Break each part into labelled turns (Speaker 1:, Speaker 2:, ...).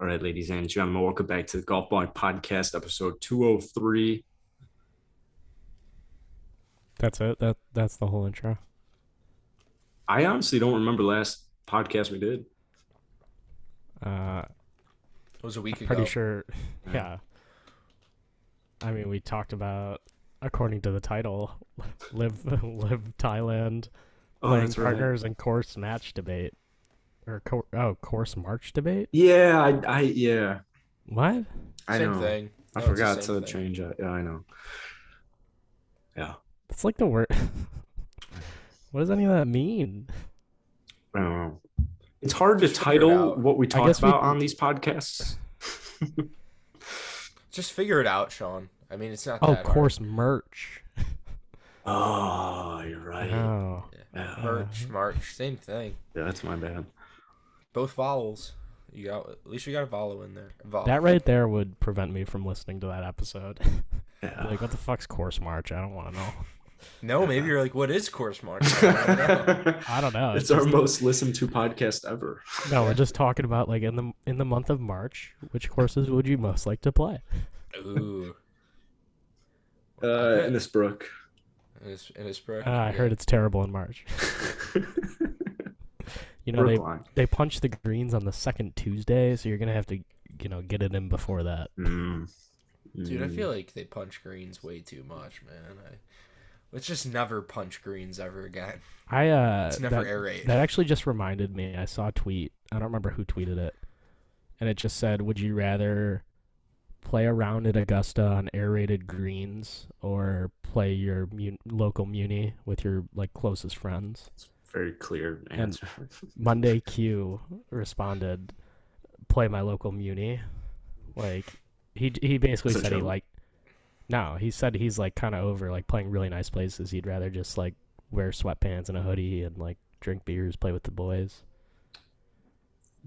Speaker 1: All right, ladies and gentlemen, welcome back to the Golf Blog Podcast, episode 203.
Speaker 2: That's it. That that's the whole intro.
Speaker 1: I honestly don't remember the last podcast we did.
Speaker 2: Uh,
Speaker 3: It was a week ago.
Speaker 2: pretty sure.
Speaker 1: Yeah.
Speaker 2: Yeah. I mean, we talked about, according to the title, live live Thailand
Speaker 1: Oh,
Speaker 2: playing partners and course match debate, or co- oh course march debate.
Speaker 1: Yeah, I, I yeah,
Speaker 2: What?
Speaker 1: I
Speaker 3: same
Speaker 1: know.
Speaker 3: thing.
Speaker 1: I
Speaker 3: No, it's the
Speaker 1: forgot to
Speaker 3: same thing.
Speaker 1: change it. Yeah, I know.
Speaker 2: That's like the word. what does any of that mean?
Speaker 1: I don't know. It's hard to
Speaker 3: Just figure it
Speaker 1: title
Speaker 3: out.
Speaker 1: what we talk
Speaker 2: guess we-
Speaker 1: about on these podcasts.
Speaker 3: Just figure it out, Sean. I mean, it's not.
Speaker 2: Oh,
Speaker 3: that
Speaker 2: course merch.
Speaker 1: Oh, you're right.
Speaker 2: Oh,
Speaker 1: Yeah,
Speaker 3: Hard. March, March, same thing.
Speaker 1: yeah, that's my bad.
Speaker 3: Both vowels. You got at least you got a vowel in there.
Speaker 1: Oh.
Speaker 3: Vowel.
Speaker 2: that right there would prevent me from listening to that episode.
Speaker 1: Yeah.
Speaker 2: like, what the fuck's course march? I don't want to know.
Speaker 3: No, maybe you're like, what is course march? I don't know.
Speaker 2: I don't know.
Speaker 1: it's
Speaker 2: It's
Speaker 1: our
Speaker 2: just-
Speaker 1: most listened to podcast ever.
Speaker 2: No, we're just talking about like in the in the month of March, which courses would you most like to play?
Speaker 3: Ooh.
Speaker 1: Uh, in this brook.
Speaker 3: in his, in his bro.
Speaker 2: Uh, I heard it's terrible in March. You know they
Speaker 1: Brookline.
Speaker 2: they punch the greens on the second Tuesday, so you're gonna have to you know get it in before that.
Speaker 1: Mm.
Speaker 3: Dude, I
Speaker 1: Mm.
Speaker 3: feel like they punch greens way too much, man. I, let's just never punch greens ever again.
Speaker 2: I uh
Speaker 3: It's never
Speaker 2: that,
Speaker 3: aerate.
Speaker 2: that actually just reminded me. I saw a tweet. I don't remember who tweeted it, and it just said, "Would you rather play a round at Augusta on aerated greens or play your mun- local muni with your like closest friends?"
Speaker 1: very clear answer.
Speaker 2: Monday Q responded, "Play my local muni." Like he he basically
Speaker 1: That's a
Speaker 2: said he
Speaker 1: joke.
Speaker 2: like no, he said he's like kind of over like playing really nice places. He'd rather just like wear sweatpants and a hoodie and like drink beers, play with the boys.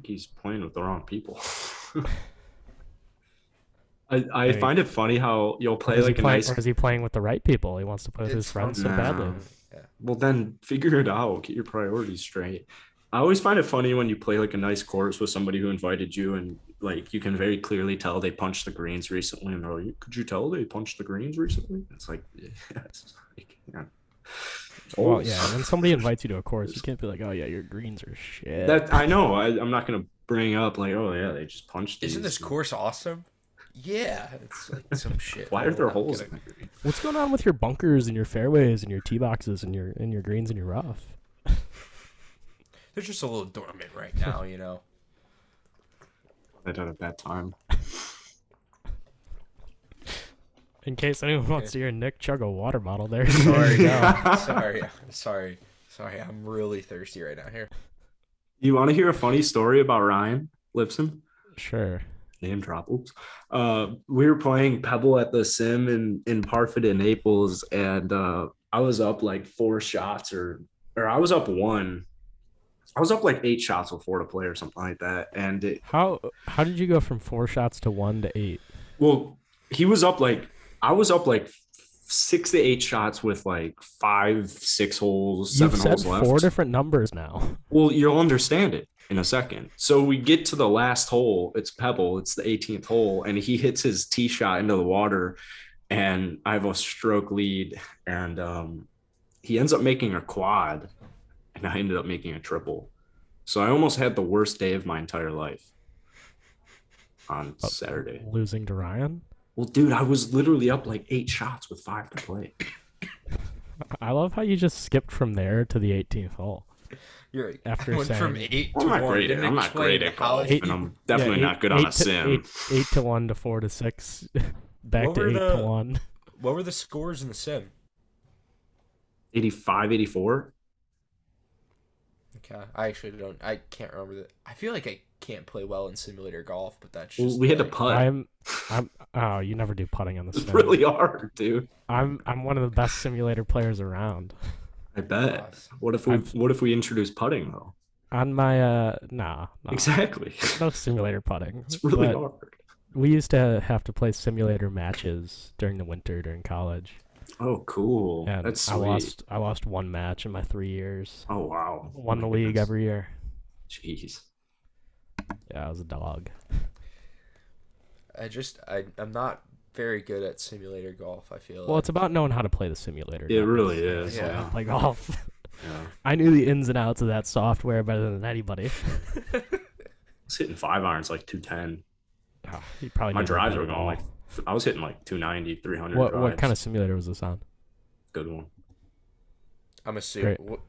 Speaker 1: He's playing with the wrong people. I, I
Speaker 2: Right.
Speaker 1: find it funny how you'll play
Speaker 2: is
Speaker 1: like
Speaker 2: he
Speaker 1: a
Speaker 2: playing,
Speaker 1: nice.
Speaker 2: or is he playing with the right people? He wants to play with his
Speaker 3: It's
Speaker 2: friends so
Speaker 1: fun.
Speaker 2: badly.
Speaker 1: Nah.
Speaker 3: Yeah.
Speaker 1: Well, then figure it out. Get your priorities straight. I always find it funny when you play like a nice course with somebody who invited you, and like you can very clearly tell they punched the greens recently. And they're like, "Could you tell they punched the greens recently?" It's like, yeah, it's like, yeah.
Speaker 2: Well,
Speaker 1: Oh,
Speaker 2: yeah. When somebody invites you to a course, you can't be like, "Oh yeah, your greens are shit."
Speaker 1: That I know. I, I'm not gonna bring up like, oh yeah, they just punched.
Speaker 3: Isn't
Speaker 1: these."
Speaker 3: this course awesome? Yeah, it's like some shit.
Speaker 1: Why are there
Speaker 3: I'm
Speaker 1: holes
Speaker 3: gonna-
Speaker 1: in the green?
Speaker 2: What's going on with your bunkers and your fairways and your tee boxes and your and your greens and your rough?
Speaker 3: They're just a little dormant right now, you know.
Speaker 1: I done at that time.
Speaker 2: In case anyone wants to hear Nick chug a water bottle, there.
Speaker 3: Sorry, no. sorry, I'm sorry, sorry. I'm really thirsty right now. Here,
Speaker 1: You want to hear a funny story about Ryan Lipson?
Speaker 2: Sure.
Speaker 1: Name drop. Oops. Uh, we were playing Pebble at the Sim in in Parfit in Naples, and uh, I was up like four shots, or or I was up one. I was up like eight shots with four to play, or something like that. And it,
Speaker 2: How how did you go from four shots to one to eight?
Speaker 1: Well, he was up like I was up like six to eight shots with like five, six holes,
Speaker 2: You've
Speaker 1: seven
Speaker 2: said
Speaker 1: holes
Speaker 2: four
Speaker 1: left.
Speaker 2: different numbers now.
Speaker 1: well, you'll understand it in a second. So we get to the last hole. It's Pebble. It's the 18th hole, and he hits his tee shot into the water, and I have a stroke lead, and um, he ends up making a quad, and I ended up making a triple. So I almost had the worst day of my entire life on
Speaker 2: Oh.
Speaker 1: Saturday.
Speaker 2: Losing to Ryan.
Speaker 1: Well, dude, I was literally up like eight shots with five to play.
Speaker 2: I love how you just skipped from there to the 18th hole.
Speaker 3: you're right.
Speaker 2: After
Speaker 3: I went
Speaker 2: saying-
Speaker 3: from eight to
Speaker 1: I'm not
Speaker 3: one.
Speaker 1: great at
Speaker 3: Didn't
Speaker 1: I'm not
Speaker 3: explain
Speaker 1: great at
Speaker 3: how-
Speaker 1: golf,
Speaker 2: Eight-
Speaker 1: and I'm definitely
Speaker 2: Yeah,
Speaker 1: not
Speaker 2: eight-
Speaker 1: good on
Speaker 2: eight
Speaker 1: a
Speaker 2: to-
Speaker 1: sim.
Speaker 2: eight, eight to one to four to six, back
Speaker 3: What
Speaker 2: to
Speaker 3: were
Speaker 2: eight to
Speaker 3: the-
Speaker 2: one.
Speaker 3: What were the scores in the sim?
Speaker 1: 85, 84.
Speaker 3: Okay, I actually don't. I can't remember that. I feel like I can't play well in simulator golf, but that's
Speaker 1: Well,
Speaker 3: just.
Speaker 1: we had to
Speaker 3: like-
Speaker 1: putt.
Speaker 2: I'm I'm oh you never do putting on the
Speaker 1: it's
Speaker 2: snow.
Speaker 1: really hard, dude.
Speaker 2: I'm I'm one of the best simulator players around.
Speaker 1: I bet.
Speaker 3: Nice.
Speaker 1: What if we
Speaker 2: I've-
Speaker 1: What if we introduce putting though?
Speaker 2: On my uh nah, nah
Speaker 1: Exactly. It's
Speaker 2: no simulator putting. It's
Speaker 1: really hard.
Speaker 2: we used to have to play simulator matches during the winter during college.
Speaker 1: Oh, cool.
Speaker 2: And
Speaker 1: That's
Speaker 2: I
Speaker 1: sweet.
Speaker 2: lost I lost one match in my three years.
Speaker 1: Oh wow.
Speaker 2: Won the
Speaker 1: My
Speaker 2: league
Speaker 1: goodness.
Speaker 2: every year.
Speaker 1: Jeez.
Speaker 2: Yeah, I was a dog.
Speaker 3: I just I I'm not very good at simulator golf. I feel
Speaker 2: Well,
Speaker 3: like.
Speaker 2: it's about knowing how to play the simulator.
Speaker 1: It
Speaker 2: not
Speaker 1: really
Speaker 2: necessarily
Speaker 1: is,
Speaker 2: knowing how to
Speaker 1: yeah.
Speaker 2: Play golf.
Speaker 1: Yeah. I
Speaker 2: I knew the ins and outs of that software better than anybody.
Speaker 1: was hitting five irons like 210.
Speaker 2: Oh, you probably
Speaker 1: My
Speaker 2: knew
Speaker 1: drives
Speaker 2: better
Speaker 1: were
Speaker 2: than
Speaker 1: going
Speaker 2: all.
Speaker 1: like, I was hitting like 290, 300.
Speaker 2: What what
Speaker 1: drives.
Speaker 2: kind of simulator was this on?
Speaker 1: good one?
Speaker 3: I'm assuming
Speaker 2: Great.
Speaker 3: what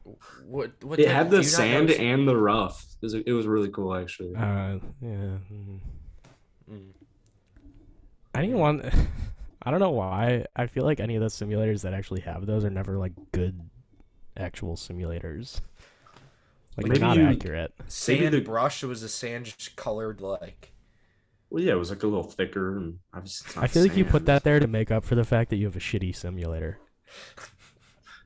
Speaker 3: what what
Speaker 1: It
Speaker 3: type-
Speaker 1: had
Speaker 3: do
Speaker 1: the
Speaker 3: you not
Speaker 1: sand
Speaker 3: know-
Speaker 1: and the rough. It was, it was really cool, actually.
Speaker 2: Uh, yeah. mm.
Speaker 3: Mm.
Speaker 2: I didn't want. I don't know why. I feel like any of the simulators that actually have those are never like good, actual simulators. Like
Speaker 1: Maybe
Speaker 2: they're not
Speaker 1: you-
Speaker 2: accurate.
Speaker 3: sand
Speaker 1: the-
Speaker 3: brush. It was a sand just colored like.
Speaker 1: Well, yeah, it was like a little thicker. And obviously it's not
Speaker 2: I feel like you put
Speaker 1: sand.
Speaker 2: that there to make up for the fact that you have a shitty simulator.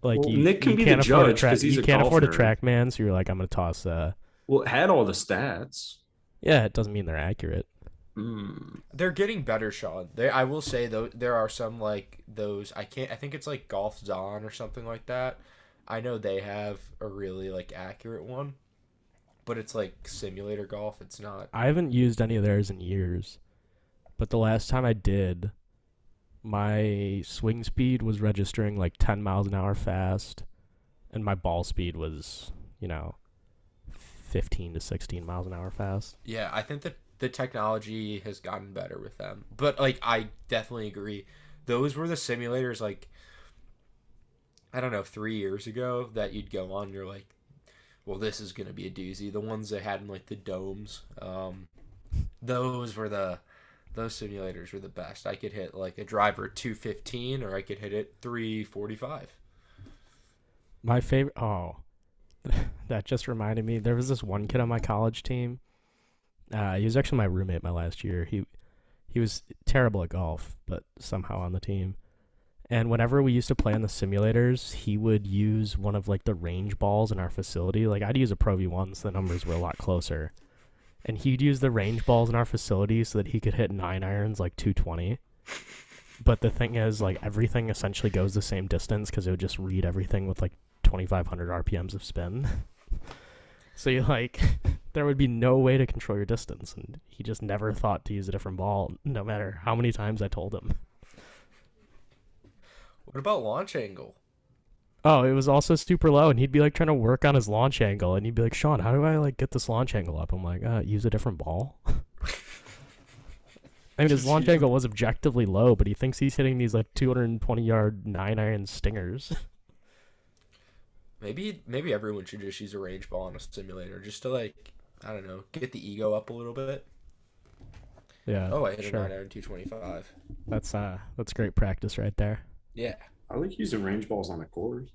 Speaker 2: Like
Speaker 1: Well,
Speaker 2: you,
Speaker 1: Nick can
Speaker 2: you
Speaker 1: be the
Speaker 2: can't afford
Speaker 1: judge
Speaker 2: a track.
Speaker 1: 'cause he's
Speaker 2: You
Speaker 1: a
Speaker 2: can't afford a
Speaker 1: golfer.
Speaker 2: track man, so you're like, I'm gonna toss. Uh,
Speaker 1: Well, it had all the stats.
Speaker 2: yeah, it doesn't mean they're accurate.
Speaker 1: Mm.
Speaker 3: They're getting better, Sean. They, I will say though, there are some like those. I can't. I think it's like Golf Zon or something like that. I know they have a really like accurate one, but it's like simulator golf. It's not.
Speaker 2: I haven't used any of theirs in years, but the last time I did, my swing speed was registering like 10 miles an hour fast, and my ball speed was, you know, 15 to 16 miles an hour fast.
Speaker 3: Yeah, I think that the technology has gotten better with them. But like I definitely agree. Those were the simulators like I don't know, three years ago that you'd go on, you're like, Well, this is gonna be a doozy. The ones they had in like the domes. Um those were the those simulators were the best. I could hit like a driver two fifteen or I could hit it three forty five.
Speaker 2: My favorite. Oh, that just reminded me. There was this one kid on my college team. Uh, he was actually my roommate my last year. He he was terrible at golf, but somehow on the team. And whenever we used to play on the simulators, he would use one of like the range balls in our facility. Like I'd use a Pro V1, so the numbers were a lot closer. And he'd use the range balls in our facility so that he could hit nine irons like 220. But the thing is, like everything essentially goes the same distance because it would just read everything with like 2,500 RPMs of spin. so you like, there would be no way to control your distance, and he just never thought to use a different ball, no matter how many times I told him.
Speaker 3: What about launch angle?
Speaker 2: Oh, it was also super low, and he'd be like trying to work on his launch angle, and he'd be like, "Sean, how do I like get this launch angle up?" I'm like, uh, "Use a different ball." I mean, his launch angle was objectively low, but he thinks he's hitting these like 220 yard nine iron stingers.
Speaker 3: Maybe maybe everyone should just use a range ball on a simulator just to like I don't know, get the ego up a little bit.
Speaker 2: yeah.
Speaker 3: Oh, I hit
Speaker 2: sure.
Speaker 3: a nine iron two twenty five.
Speaker 2: That's uh, that's great practice right there.
Speaker 3: Yeah.
Speaker 1: I like using range balls on the course.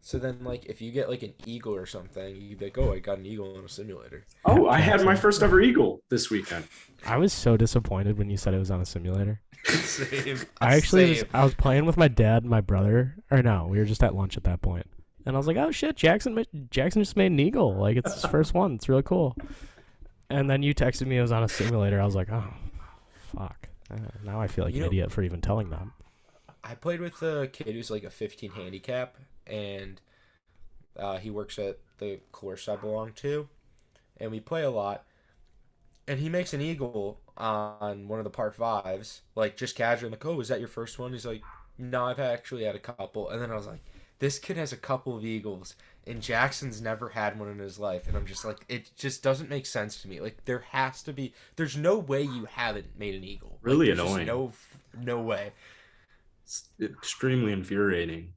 Speaker 3: So then like if you get like an eagle or something, you'd be like, Oh, I got an eagle in a simulator.
Speaker 1: Oh, I had my first ever eagle this weekend.
Speaker 2: I was so disappointed when you said it was on a simulator.
Speaker 3: Same.
Speaker 2: I actually was,
Speaker 3: Uh, Same.
Speaker 2: I was playing with my dad and my brother, or no, we were just at lunch at that point, and I was like, "Oh shit, Jackson! ma- Jackson just made an eagle. Like it's his first one. It's really cool." And then you texted me it was on a simulator. I was like, "Oh, fuck!" Uh, now I feel like
Speaker 3: You
Speaker 2: an
Speaker 3: know-
Speaker 2: idiot for even telling them.
Speaker 3: I played with a kid who's like a fifteen handicap and uh, he works at the course I belong to and we play a lot. And he makes an eagle on one of the par fives, like just casual. I'm like, oh, is that your first one? He's like, no, I've actually had a couple. And then I was like, this kid has a couple of eagles, and Jackson's never had one in his life. And I'm just like, it just doesn't make sense to me. Like, there has to be, there's no way you haven't made an eagle. Like,
Speaker 1: Really
Speaker 3: there's just
Speaker 1: annoying.
Speaker 3: No, f- no way.
Speaker 1: It's extremely infuriating.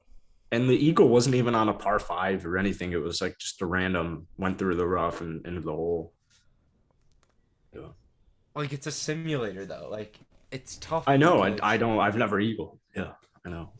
Speaker 1: And the eagle wasn't even on a par five or anything. It was like just a random went through the rough and into the hole.
Speaker 3: Like, it's a simulator though. Like, it's tough.
Speaker 1: I know. I,
Speaker 3: because-
Speaker 1: I don't. I've never eagle. Yeah, I know.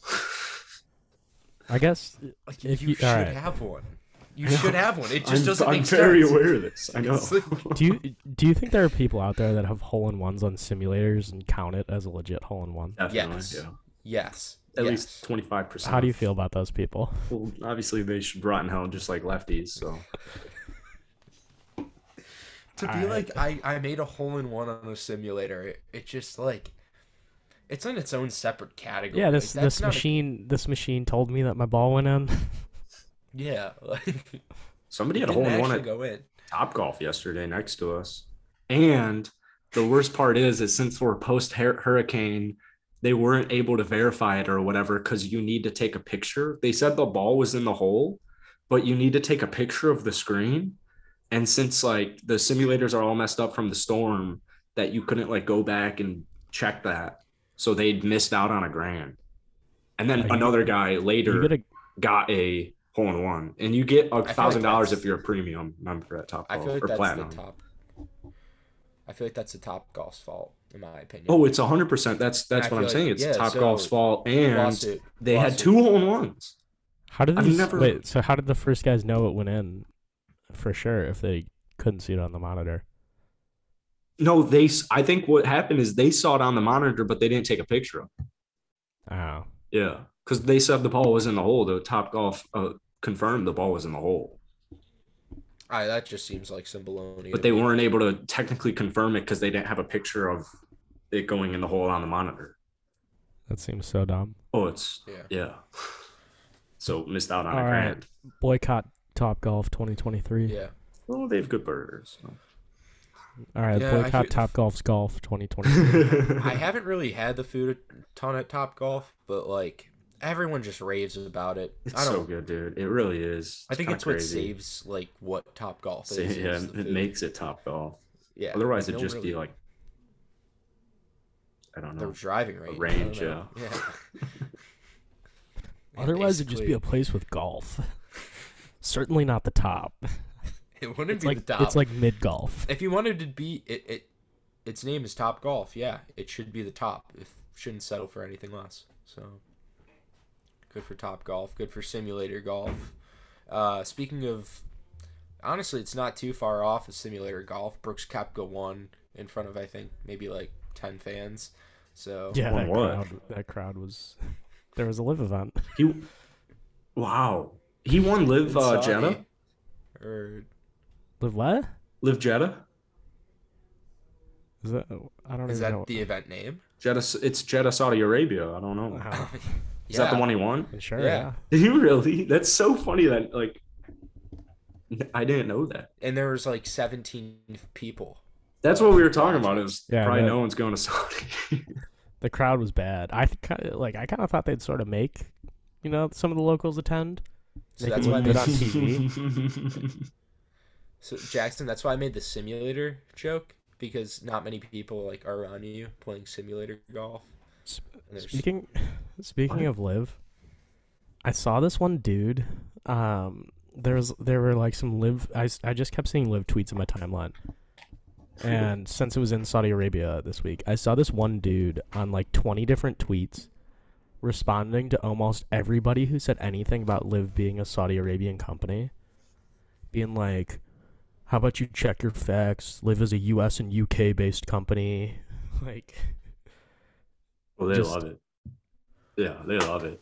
Speaker 2: I guess
Speaker 3: Like,
Speaker 2: If
Speaker 3: you,
Speaker 2: you-
Speaker 3: should
Speaker 2: alright.
Speaker 3: have one. You should have one. It just
Speaker 1: I'm,
Speaker 3: doesn't
Speaker 1: I'm
Speaker 3: make
Speaker 1: very
Speaker 3: sense.
Speaker 1: aware of this. I know.
Speaker 3: It's like-
Speaker 2: do you do you think there are people out there that have hole in ones on simulators and count it as a legit hole in one?
Speaker 1: Definitely.
Speaker 3: Yes.
Speaker 1: Yeah.
Speaker 3: Yes.
Speaker 1: At
Speaker 3: yes.
Speaker 1: least twenty five percent.
Speaker 2: How do you feel about those people?
Speaker 1: Well, obviously they should rot in hell just like lefties. So
Speaker 3: to be
Speaker 2: Alright.
Speaker 3: like I, I made a hole in one on a simulator it, it just like it's in its own separate category
Speaker 2: Yeah,
Speaker 3: Like,
Speaker 2: this
Speaker 3: that's
Speaker 2: this
Speaker 3: not a-
Speaker 2: machine this machine told me that my ball went in.
Speaker 3: yeah like it
Speaker 1: somebody had a
Speaker 3: didn't
Speaker 1: hole in one
Speaker 3: actually
Speaker 1: at
Speaker 3: go in
Speaker 1: Top Golf yesterday next to us, and the worst part is, is since we're post hurricane, they weren't able to verify it or whatever because you need to take a picture. They said the ball was in the hole, but you need to take a picture of the screen. And since like the simulators are all messed up from the storm, that you couldn't like go back and check that, so they'd missed out on a grand. And then
Speaker 2: Are you-
Speaker 1: another guy later
Speaker 2: You get a
Speaker 1: got a hole in one, and you get a
Speaker 3: like
Speaker 1: thousand dollars
Speaker 3: that's-
Speaker 1: if you're a premium member at Top
Speaker 3: I feel like
Speaker 1: or
Speaker 3: that's
Speaker 1: Platinum.
Speaker 3: the top. I feel like that's the top golf's fault, in my opinion.
Speaker 1: Oh, it's hundred percent. That's that's
Speaker 3: I
Speaker 1: what I'm
Speaker 3: feel
Speaker 1: saying.
Speaker 3: like-
Speaker 1: It's
Speaker 3: yeah,
Speaker 1: Top
Speaker 3: so-
Speaker 1: Golf's fault, and
Speaker 3: lawsuit.
Speaker 1: they had
Speaker 3: lawsuit.
Speaker 1: two hole in ones.
Speaker 2: how did
Speaker 1: I've
Speaker 2: these
Speaker 1: never-
Speaker 2: wait? So how did the first guys know it went in, for sure? If they couldn't see it on the monitor,
Speaker 1: No, they. s- I think what happened is they saw it on the monitor, but they didn't take a picture. of it.
Speaker 2: oh,
Speaker 1: Yeah, because they said the ball was in the hole. The Top Golf uh, confirmed the ball was in the hole,
Speaker 3: Aye, that just seems like some baloney.
Speaker 1: but
Speaker 3: to
Speaker 1: they
Speaker 3: me.
Speaker 1: weren't able to technically confirm it because they didn't have a picture of it going in the hole on the monitor.
Speaker 2: that seems so dumb.
Speaker 1: Oh, it's
Speaker 3: Yeah.
Speaker 1: yeah. So missed out on
Speaker 2: All
Speaker 1: a
Speaker 2: right.
Speaker 1: grand.
Speaker 2: Boycott Top Golf 2023.
Speaker 3: Yeah.
Speaker 1: Well, they have good burgers. so.
Speaker 2: All right,
Speaker 3: Yeah, I
Speaker 2: boycott
Speaker 3: hear-
Speaker 2: Top Golf's Golf 2023.
Speaker 3: I haven't really had the food a ton at Top Golf, but like everyone just raves about it.
Speaker 1: It's
Speaker 3: I don't.
Speaker 1: so good, dude. It really is.
Speaker 3: I think
Speaker 1: kinda
Speaker 3: it's what
Speaker 1: crazy.
Speaker 3: saves like what Top Golf
Speaker 1: Sa-
Speaker 3: is. is
Speaker 1: yeah,
Speaker 3: the
Speaker 1: it
Speaker 3: food.
Speaker 1: makes it top golf.
Speaker 3: Yeah,
Speaker 1: Otherwise,
Speaker 3: they
Speaker 1: it'd
Speaker 3: don't
Speaker 1: just be
Speaker 3: really-
Speaker 1: like, I don't
Speaker 3: the
Speaker 1: know.
Speaker 3: driving range. I
Speaker 1: range,
Speaker 3: don't know. Yeah. Yeah,
Speaker 2: Otherwise, it'd just be a
Speaker 3: basically.
Speaker 2: place with golf. Certainly not the top.
Speaker 3: It wouldn't
Speaker 2: It's
Speaker 3: be
Speaker 2: like
Speaker 3: the top.
Speaker 2: it's like mid golf.
Speaker 3: if you wanted to be it, it, its name is Top Golf. Yeah, it should be the top. It shouldn't settle for anything less. So good for Top Golf. Good for simulator golf. Uh, speaking of, honestly, it's not too far off of simulator golf. Brooks Koepka won in front of I think maybe like ten fans. So
Speaker 2: Yeah,
Speaker 1: One
Speaker 2: that
Speaker 1: what?
Speaker 2: crowd, that crowd was. There was a live event.
Speaker 1: He, wow, he won live uh,
Speaker 3: Sorry.
Speaker 1: Jetta.
Speaker 3: Or
Speaker 2: Live what?
Speaker 1: Live Jetta.
Speaker 2: Is that? I don't
Speaker 3: is
Speaker 2: even know.
Speaker 3: that the event name?
Speaker 1: Jetta. It's Jetta, Saudi Arabia. I don't know.
Speaker 2: Wow.
Speaker 1: Is that the one he won?
Speaker 2: Sure.
Speaker 3: Yeah.
Speaker 2: yeah.
Speaker 1: Did you really? That's so funny that like, I didn't know that.
Speaker 3: And there was like seventeen people.
Speaker 1: That's what we were talking about. Is
Speaker 2: Yeah,
Speaker 1: probably
Speaker 2: that-
Speaker 1: no one's going to Saudi.
Speaker 2: the crowd was bad. I kind of like I kind of thought they'd sort of make, you know, some of the locals attend.
Speaker 3: So
Speaker 2: Make
Speaker 3: that's
Speaker 2: it
Speaker 3: why
Speaker 2: look
Speaker 3: they
Speaker 2: good on TV.
Speaker 3: So Jackson, that's why I made the simulator joke because not many people like are around you playing simulator golf.
Speaker 2: S-
Speaker 3: And there's-
Speaker 2: Speaking speaking of live, I saw this one dude. Um, there was there were like some live. I, s- I just kept seeing live tweets in my timeline, and since it was in Saudi Arabia this week, I saw this one dude on like twenty different tweets, responding to almost everybody who said anything about live being a Saudi Arabian company, being like. How about you check your facts? Live is a U.S. and U.K. based company. Like,
Speaker 1: well, they
Speaker 2: Just-
Speaker 1: love it. Yeah, they love it.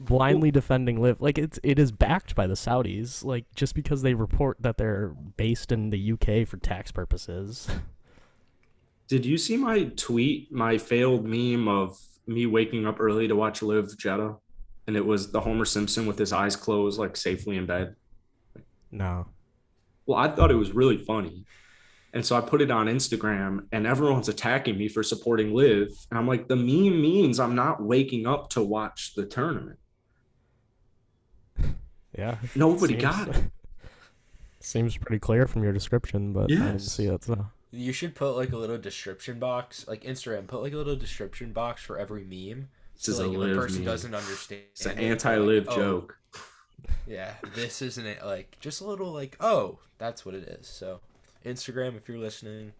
Speaker 2: blindly defending live like it's it is backed by the saudis like just because they report that they're based in the uk for tax purposes
Speaker 1: Did you see my tweet, my failed meme of me waking up early to watch Live Jetta? And it was the Homer Simpson with his eyes closed, like safely in bed.
Speaker 2: no
Speaker 1: Well, I thought it was really funny. And so I put it on Instagram, and everyone's attacking me for supporting Live. And I'm like, the meme means I'm not waking up to watch the tournament.
Speaker 2: yeah
Speaker 1: Nobody got it.
Speaker 2: seems pretty clear from your description but i didn't
Speaker 1: Yes.
Speaker 2: see it so
Speaker 3: You should put like a little description box, like Instagram, put like a little description box for every meme.
Speaker 1: This is
Speaker 3: so, like,
Speaker 1: a
Speaker 3: if
Speaker 1: Live
Speaker 3: person
Speaker 1: meme.
Speaker 3: doesn't understand,
Speaker 1: It's an
Speaker 3: it, they're
Speaker 1: anti Live
Speaker 3: like, oh,
Speaker 1: joke.
Speaker 3: Yeah, this isn't it. Like just a little like, oh, that's what it is. So, Instagram, if you're listening,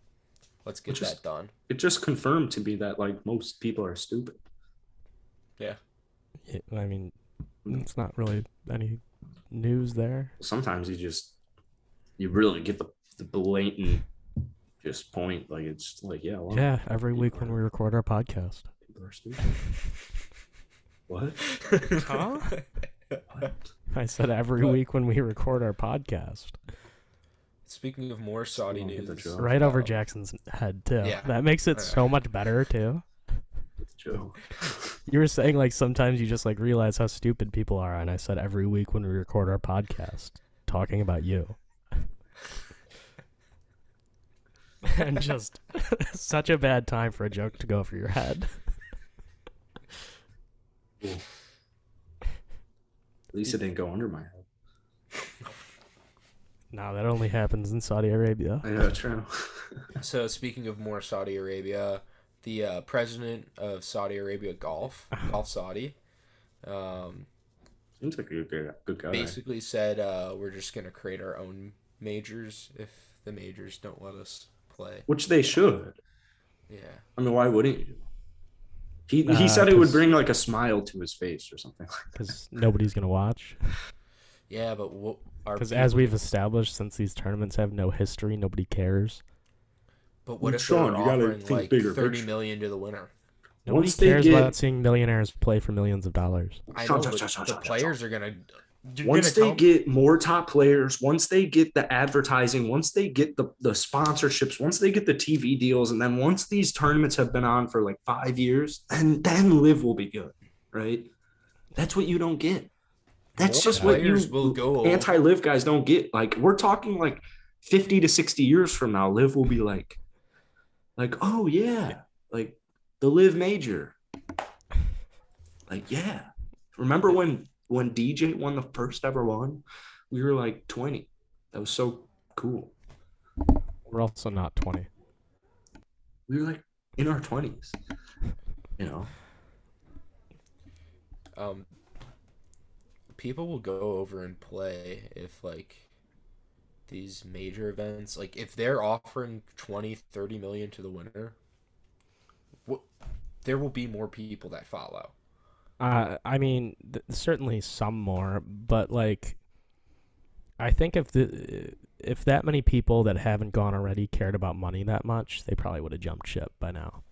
Speaker 3: let's get
Speaker 1: Which is-
Speaker 3: that done.
Speaker 1: It just confirmed to me that, like, most people are stupid.
Speaker 2: yeah, i mean it's not really any news there
Speaker 1: sometimes you just you really get the, the blatant just point like it's like yeah, well,
Speaker 2: yeah every week when we record our podcast
Speaker 1: people are stupid. what
Speaker 2: Huh? i said every week when we record our podcast
Speaker 3: Speaking of more Saudi
Speaker 1: Someone get the
Speaker 3: news,
Speaker 1: joke.
Speaker 2: right over
Speaker 3: uh,
Speaker 2: jackson's head too
Speaker 3: Yeah.
Speaker 2: that makes it
Speaker 3: Alright.
Speaker 2: so much better too
Speaker 1: Joe
Speaker 2: You were saying like sometimes you just like realize how stupid people are, and I said every week when we record our podcast, talking about you, and just Such a bad time for a joke to go over your head.
Speaker 1: At least it didn't go under my head.
Speaker 2: No, that only happens in Saudi Arabia.
Speaker 1: I know, true.
Speaker 3: So speaking of more Saudi Arabia, the uh, president of Saudi Arabia Golf, Golf Saudi, um,
Speaker 1: Seems like you're a good, good guy.
Speaker 3: basically said uh, we're just gonna create our own majors if the majors don't let us play.
Speaker 1: Which they should.
Speaker 3: Yeah,
Speaker 1: I mean, why wouldn't you? He,
Speaker 2: Uh,
Speaker 1: he said it would
Speaker 2: 'cause-
Speaker 1: bring like a smile to his face or something.
Speaker 2: because nobody's gonna watch.
Speaker 3: yeah, but what? Our
Speaker 2: Because as we've established, since these tournaments have no history, nobody cares.
Speaker 3: But what
Speaker 1: Well,
Speaker 3: if
Speaker 1: Sean,
Speaker 3: they're
Speaker 1: you gotta
Speaker 3: offering
Speaker 1: think
Speaker 3: like thirty
Speaker 1: bigger
Speaker 3: million
Speaker 1: picture.
Speaker 3: to the winner?
Speaker 2: Nobody
Speaker 1: Once they
Speaker 2: cares
Speaker 1: get-
Speaker 2: about seeing millionaires play for millions of dollars.
Speaker 3: I know,
Speaker 1: Sean,
Speaker 3: but
Speaker 1: Sean, Sean,
Speaker 3: the
Speaker 1: Sean, Sean,
Speaker 3: players are gonna. You're
Speaker 1: once
Speaker 3: gonna
Speaker 1: they
Speaker 3: tell-
Speaker 1: get more top players, once they get the advertising, once they get the, the sponsorships, once they get the TV deals, and then once these tournaments have been on for like five years, and then live will be good, right? That's what you don't get. That's
Speaker 3: More
Speaker 1: just what you
Speaker 3: players will go over.
Speaker 1: anti live guys don't get. Like we're talking like 50 to 60 years from now, live will be like, like, oh yeah, like the live major. Like, yeah. Remember when when DJ won the first ever one? We were like 20. That was so cool.
Speaker 2: We're also not twenty.
Speaker 1: We were like in our 20s. You know,
Speaker 3: um people will go over and play if like these major events like if they're offering 20 30 million to the winner what there will be more people that follow
Speaker 2: Uh, I mean, th- certainly some more, but like, I think if the if that many people that haven't gone already cared about money that much, they probably would have jumped ship by now.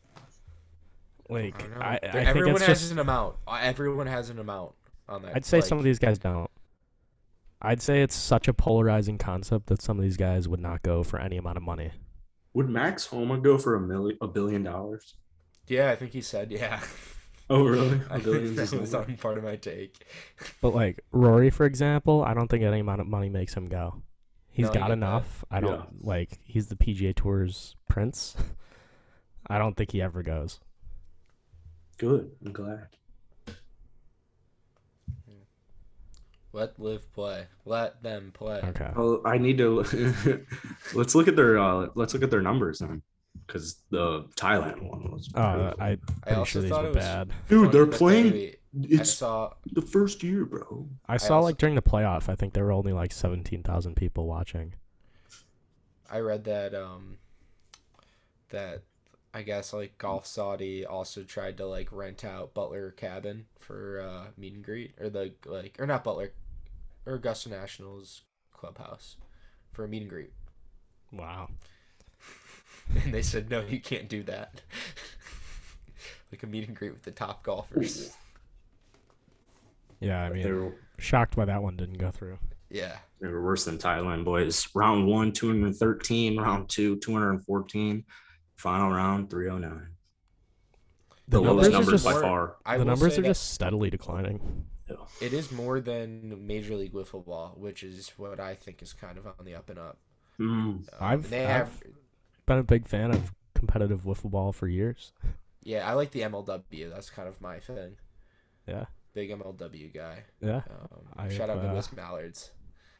Speaker 2: Like,
Speaker 3: don't know.
Speaker 2: I,
Speaker 3: There-
Speaker 2: I, think
Speaker 3: everyone
Speaker 2: it's
Speaker 3: has
Speaker 2: just
Speaker 3: an amount Uh, everyone has an amount on that
Speaker 2: I'd say
Speaker 3: like,
Speaker 2: some of these guys don't. I'd say it's such a polarizing concept that some of these guys would not go for any amount of money.
Speaker 1: would Max Homa go for a million, a billion dollars?
Speaker 3: yeah i think he said yeah
Speaker 1: Oh, really? A
Speaker 3: I think
Speaker 1: billion is
Speaker 3: that was
Speaker 1: his number?
Speaker 3: on part of my take
Speaker 2: But like Rory, for example, I don't think any amount of money makes him go. He's
Speaker 3: No, I get
Speaker 2: got
Speaker 3: that.
Speaker 2: enough. I don't like. He's the PGA Tour's prince. I don't think he ever goes.
Speaker 1: Good. I'm glad.
Speaker 3: let live play let them play
Speaker 2: Okay.
Speaker 1: Well, Oh, I need to let's look at their uh, let's look at their numbers then, because the Thailand one was.
Speaker 2: Uh, I
Speaker 3: i
Speaker 2: pretty
Speaker 3: also
Speaker 2: sure these
Speaker 3: thought
Speaker 2: were
Speaker 3: it was
Speaker 2: bad.
Speaker 1: Dude, they're
Speaker 3: funny that
Speaker 1: playing-
Speaker 3: they- i
Speaker 1: it's
Speaker 3: saw
Speaker 1: the first year, bro.
Speaker 2: I saw
Speaker 3: also-
Speaker 2: like during the playoff, I think there were only like seventeen thousand people watching.
Speaker 3: I read that um that I guess like Golf Saudi also tried to like rent out Butler Cabin for uh meet and greet or the like or not Butler or Augusta Nationals clubhouse for a meet and greet.
Speaker 2: Wow.
Speaker 3: And they said no, you can't do that. like a meet and greet with the top golfers.
Speaker 2: Yeah, I
Speaker 1: they
Speaker 2: mean,
Speaker 1: were
Speaker 2: shocked by that one didn't go through.
Speaker 3: Yeah.
Speaker 1: they were worse than Thailand boys. Round one, two hundred thirteen. Round two, two hundred fourteen. Final round, three hundred nine. The,
Speaker 2: The
Speaker 1: lowest
Speaker 2: numbers are
Speaker 1: numbers
Speaker 2: just-
Speaker 1: by far.
Speaker 3: I
Speaker 2: the
Speaker 3: will
Speaker 2: numbers
Speaker 3: say
Speaker 2: are
Speaker 3: that
Speaker 2: just steadily declining.
Speaker 3: it is more than Major League Wiffle Ball, which is what I think is kind of on the up and up.
Speaker 1: Mm.
Speaker 3: Um,
Speaker 2: I've-
Speaker 3: they
Speaker 2: I've-
Speaker 3: have
Speaker 2: Been a big fan of competitive wiffle ball for years.
Speaker 3: Yeah, I like the MLW. That's kind of my thing.
Speaker 2: Yeah.
Speaker 3: Big MLW guy.
Speaker 2: Yeah.
Speaker 3: Um,
Speaker 2: I
Speaker 3: shout out
Speaker 2: have, uh,
Speaker 3: Midwest Mallards.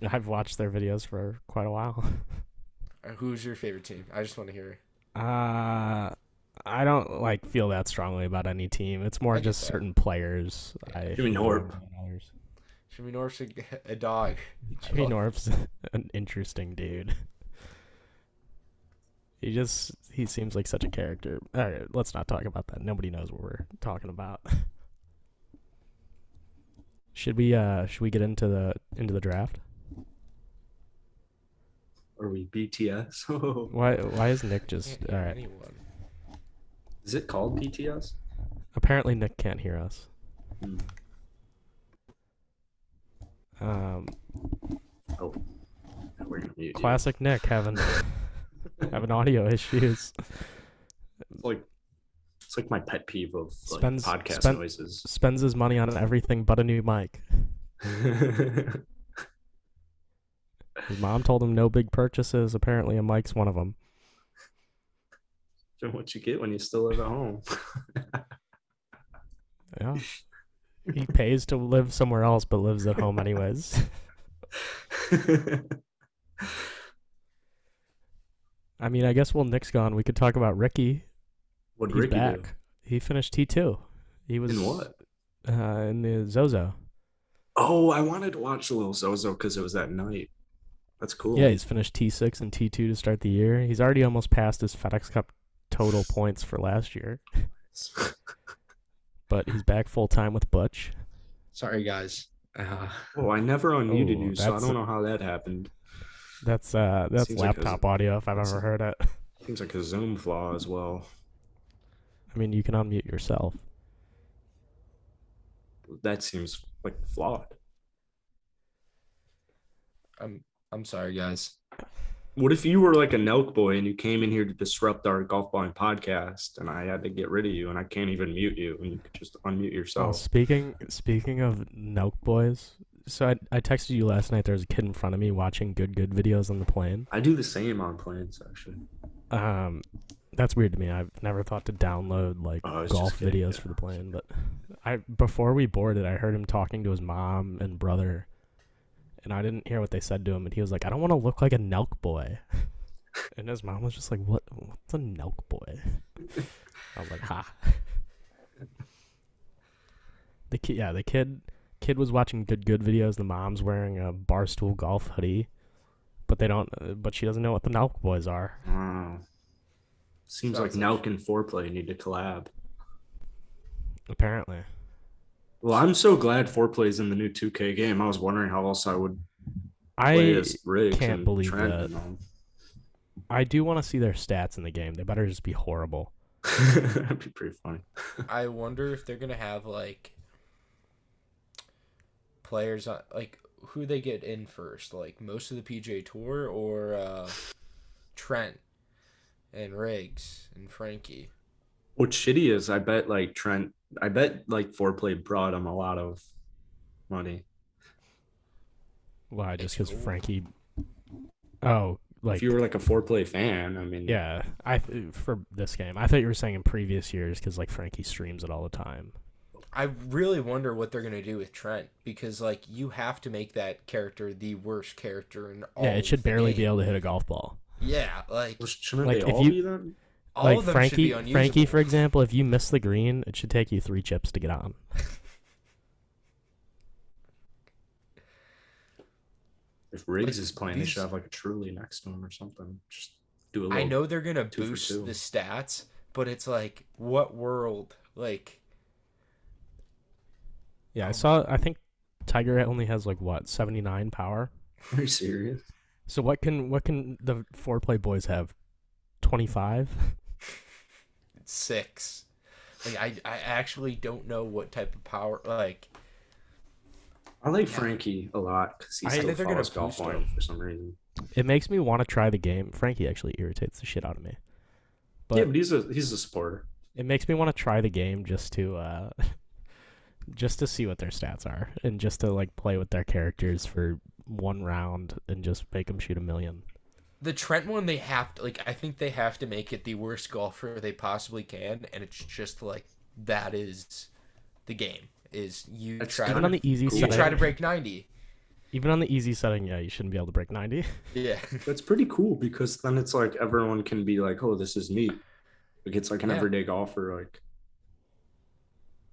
Speaker 2: I've watched their videos for quite a while.
Speaker 3: Uh, Who's your favorite team? I just want to hear.
Speaker 2: Uh, I don't like feel that strongly about any team. It's more
Speaker 3: I get
Speaker 2: just
Speaker 3: that.
Speaker 2: certain players. I
Speaker 1: Jimmy Norp.
Speaker 3: Jimmy Norris a, a dog. I
Speaker 2: Jimmy
Speaker 3: love-
Speaker 2: Norp's an interesting dude. He just he seems like such a character. All right, let's not talk about that. Nobody knows what we're talking about. Should we uh should we get into the into the draft?
Speaker 1: Are we BTS? Oh,
Speaker 2: Why why is Nick
Speaker 3: I
Speaker 2: just
Speaker 3: can't
Speaker 2: all
Speaker 3: hear
Speaker 2: right?
Speaker 3: Anyone.
Speaker 1: is it called BTS?
Speaker 2: Apparently Nick can't hear us.
Speaker 1: Hmm.
Speaker 2: Um
Speaker 1: Oh, Now we're gonna mute you.
Speaker 2: classic Nick having having audio issues.
Speaker 1: It's like it's like my pet peeve of like
Speaker 2: Spends-
Speaker 1: podcast
Speaker 2: spend-
Speaker 1: noises.
Speaker 2: Spends his money on everything but a new mic. His mom told him no big purchases. Apparently, a mic's one of them.
Speaker 1: than what you get when you still live at home.
Speaker 2: Yeah. He pays to live somewhere else, but lives at home anyways. I mean, I guess while Nick's gone, we could talk about Ricky.
Speaker 1: what
Speaker 2: He's
Speaker 1: Ricky
Speaker 2: back.
Speaker 1: do?
Speaker 2: He finished T two. He was
Speaker 1: In what?
Speaker 2: Uh, in the Zozo.
Speaker 1: Oh, I wanted to watch a little Zozo because it was that night. That's cool.
Speaker 2: Yeah, he's finished T six and T two to start the year. He's already almost passed his FedEx Cup total points for last year, but he's back full time with Butch.
Speaker 3: Sorry, guys. Uh,
Speaker 1: oh, I never unmuted
Speaker 2: Oh,
Speaker 1: you, so I
Speaker 2: that's
Speaker 1: don't
Speaker 2: a-
Speaker 1: know how that happened.
Speaker 2: That's uh, that's
Speaker 1: Seems like it was-
Speaker 2: laptop audio if I've ever heard it.
Speaker 1: Seems like a Zoom flaw as well.
Speaker 2: I mean, you can unmute yourself.
Speaker 1: That seems like flawed.
Speaker 3: I'm I'm sorry, guys.
Speaker 1: What if you were like a Nelk boy and you came in here to disrupt our golf balling podcast, and I had to get rid of you, and I can't even mute you, and you could just unmute
Speaker 2: Oh,
Speaker 1: yourself?
Speaker 2: speaking speaking of Nelk boys, so I I texted you last night. There was a kid in front of me watching good good videos on the plane.
Speaker 1: I do the same on planes, actually.
Speaker 2: Um, that's weird to me. I've never thought to download like
Speaker 1: Oh, I was just
Speaker 2: golf
Speaker 1: kidding,
Speaker 2: videos
Speaker 1: yeah.
Speaker 2: for the plane, but I before we boarded, I heard him talking to his mom and brother, and I didn't hear what they said to him. And he was like, "I don't want to look like a Nelk boy," and his mom was just like, "What? What's a Nelk boy?" I was like, "Ha." The kid, yeah, the kid, kid was watching good good videos. The mom's wearing a barstool golf hoodie, but they don't. uh, But she doesn't know what the Nelk boys are.
Speaker 1: Wow. Seems like
Speaker 3: Sounds
Speaker 1: Nelk and Foreplay need to collab.
Speaker 2: Apparently.
Speaker 1: Well, I'm so glad Foreplay is in the new 2K game. I was wondering how else I would play
Speaker 2: I
Speaker 1: this Riggs
Speaker 2: can't
Speaker 1: and
Speaker 2: believe
Speaker 1: Trent
Speaker 2: that.
Speaker 1: and all.
Speaker 2: I do want to see their stats in the game. They better just be horrible.
Speaker 1: That'd be pretty funny.
Speaker 3: I wonder if they're gonna have like players on like who they get in first, like most of the PJ Tour or uh, Trent and Riggs and Frankie.
Speaker 1: What's shitty is I bet like Trent, I bet like Foreplay brought him a lot of money.
Speaker 2: Why? Just because Frankie? Oh, like
Speaker 1: if you were like a Foreplay fan, I mean,
Speaker 2: yeah. I th- for this game, I thought you were saying in previous years because like Frankie streams it all the time.
Speaker 3: I really wonder what they're gonna do with Trent because like you have to make that character the worst character in all.
Speaker 2: yeah, it should
Speaker 3: of the
Speaker 2: barely be
Speaker 3: game.
Speaker 2: able to hit a golf ball.
Speaker 3: Yeah, like
Speaker 1: Well, shouldn't
Speaker 2: Like,
Speaker 1: they
Speaker 2: if
Speaker 1: all
Speaker 2: you-
Speaker 1: be then?
Speaker 3: all
Speaker 2: like
Speaker 3: of them should
Speaker 2: Frankie,
Speaker 3: be unusable.
Speaker 2: Frankie, for example, if you miss the green, it should take you three chips to get on.
Speaker 1: If Riggs
Speaker 3: Like,
Speaker 1: is playing, they
Speaker 3: these-
Speaker 1: should have like a Truly next to him or something. Just do a little.
Speaker 3: I know they're gonna
Speaker 1: two for
Speaker 3: boost
Speaker 1: two.
Speaker 3: the stats, but it's like what world? Like
Speaker 2: Yeah, I
Speaker 3: Oh.
Speaker 2: saw. I think Tiger only has like what seventy nine power.
Speaker 1: Are you serious?
Speaker 2: So what can what can the four play boys have? Twenty five.
Speaker 3: six. Like I, I actually don't know what type of power. Like
Speaker 1: I like Frankie a lot because he
Speaker 2: I-
Speaker 1: still
Speaker 3: They're gonna
Speaker 1: follows golf
Speaker 3: boost him.
Speaker 1: line for some reason.
Speaker 2: It makes me want to try the game. Frankie actually irritates the shit out of me. But,
Speaker 1: yeah, but he's a he's a supporter.
Speaker 2: it makes me want to try the game just to uh just to see what their stats are and just to like play with their characters for one round and just make them shoot a million.
Speaker 3: the Trent one, they have to. Like I think they have to make it the worst golfer they possibly can, and it's just like that is the game. Is you
Speaker 1: That's
Speaker 3: try
Speaker 1: kinda
Speaker 2: Even
Speaker 3: to,
Speaker 2: on the easy
Speaker 1: cool.
Speaker 3: you
Speaker 2: setting,
Speaker 3: try to break ninety.
Speaker 2: even on the easy setting, yeah, you shouldn't be able to break 90.
Speaker 3: Yeah,
Speaker 1: That's pretty cool because then it's like everyone can be like, "Oh, this is me." Like it's like an
Speaker 3: Yeah.
Speaker 1: everyday golfer. Like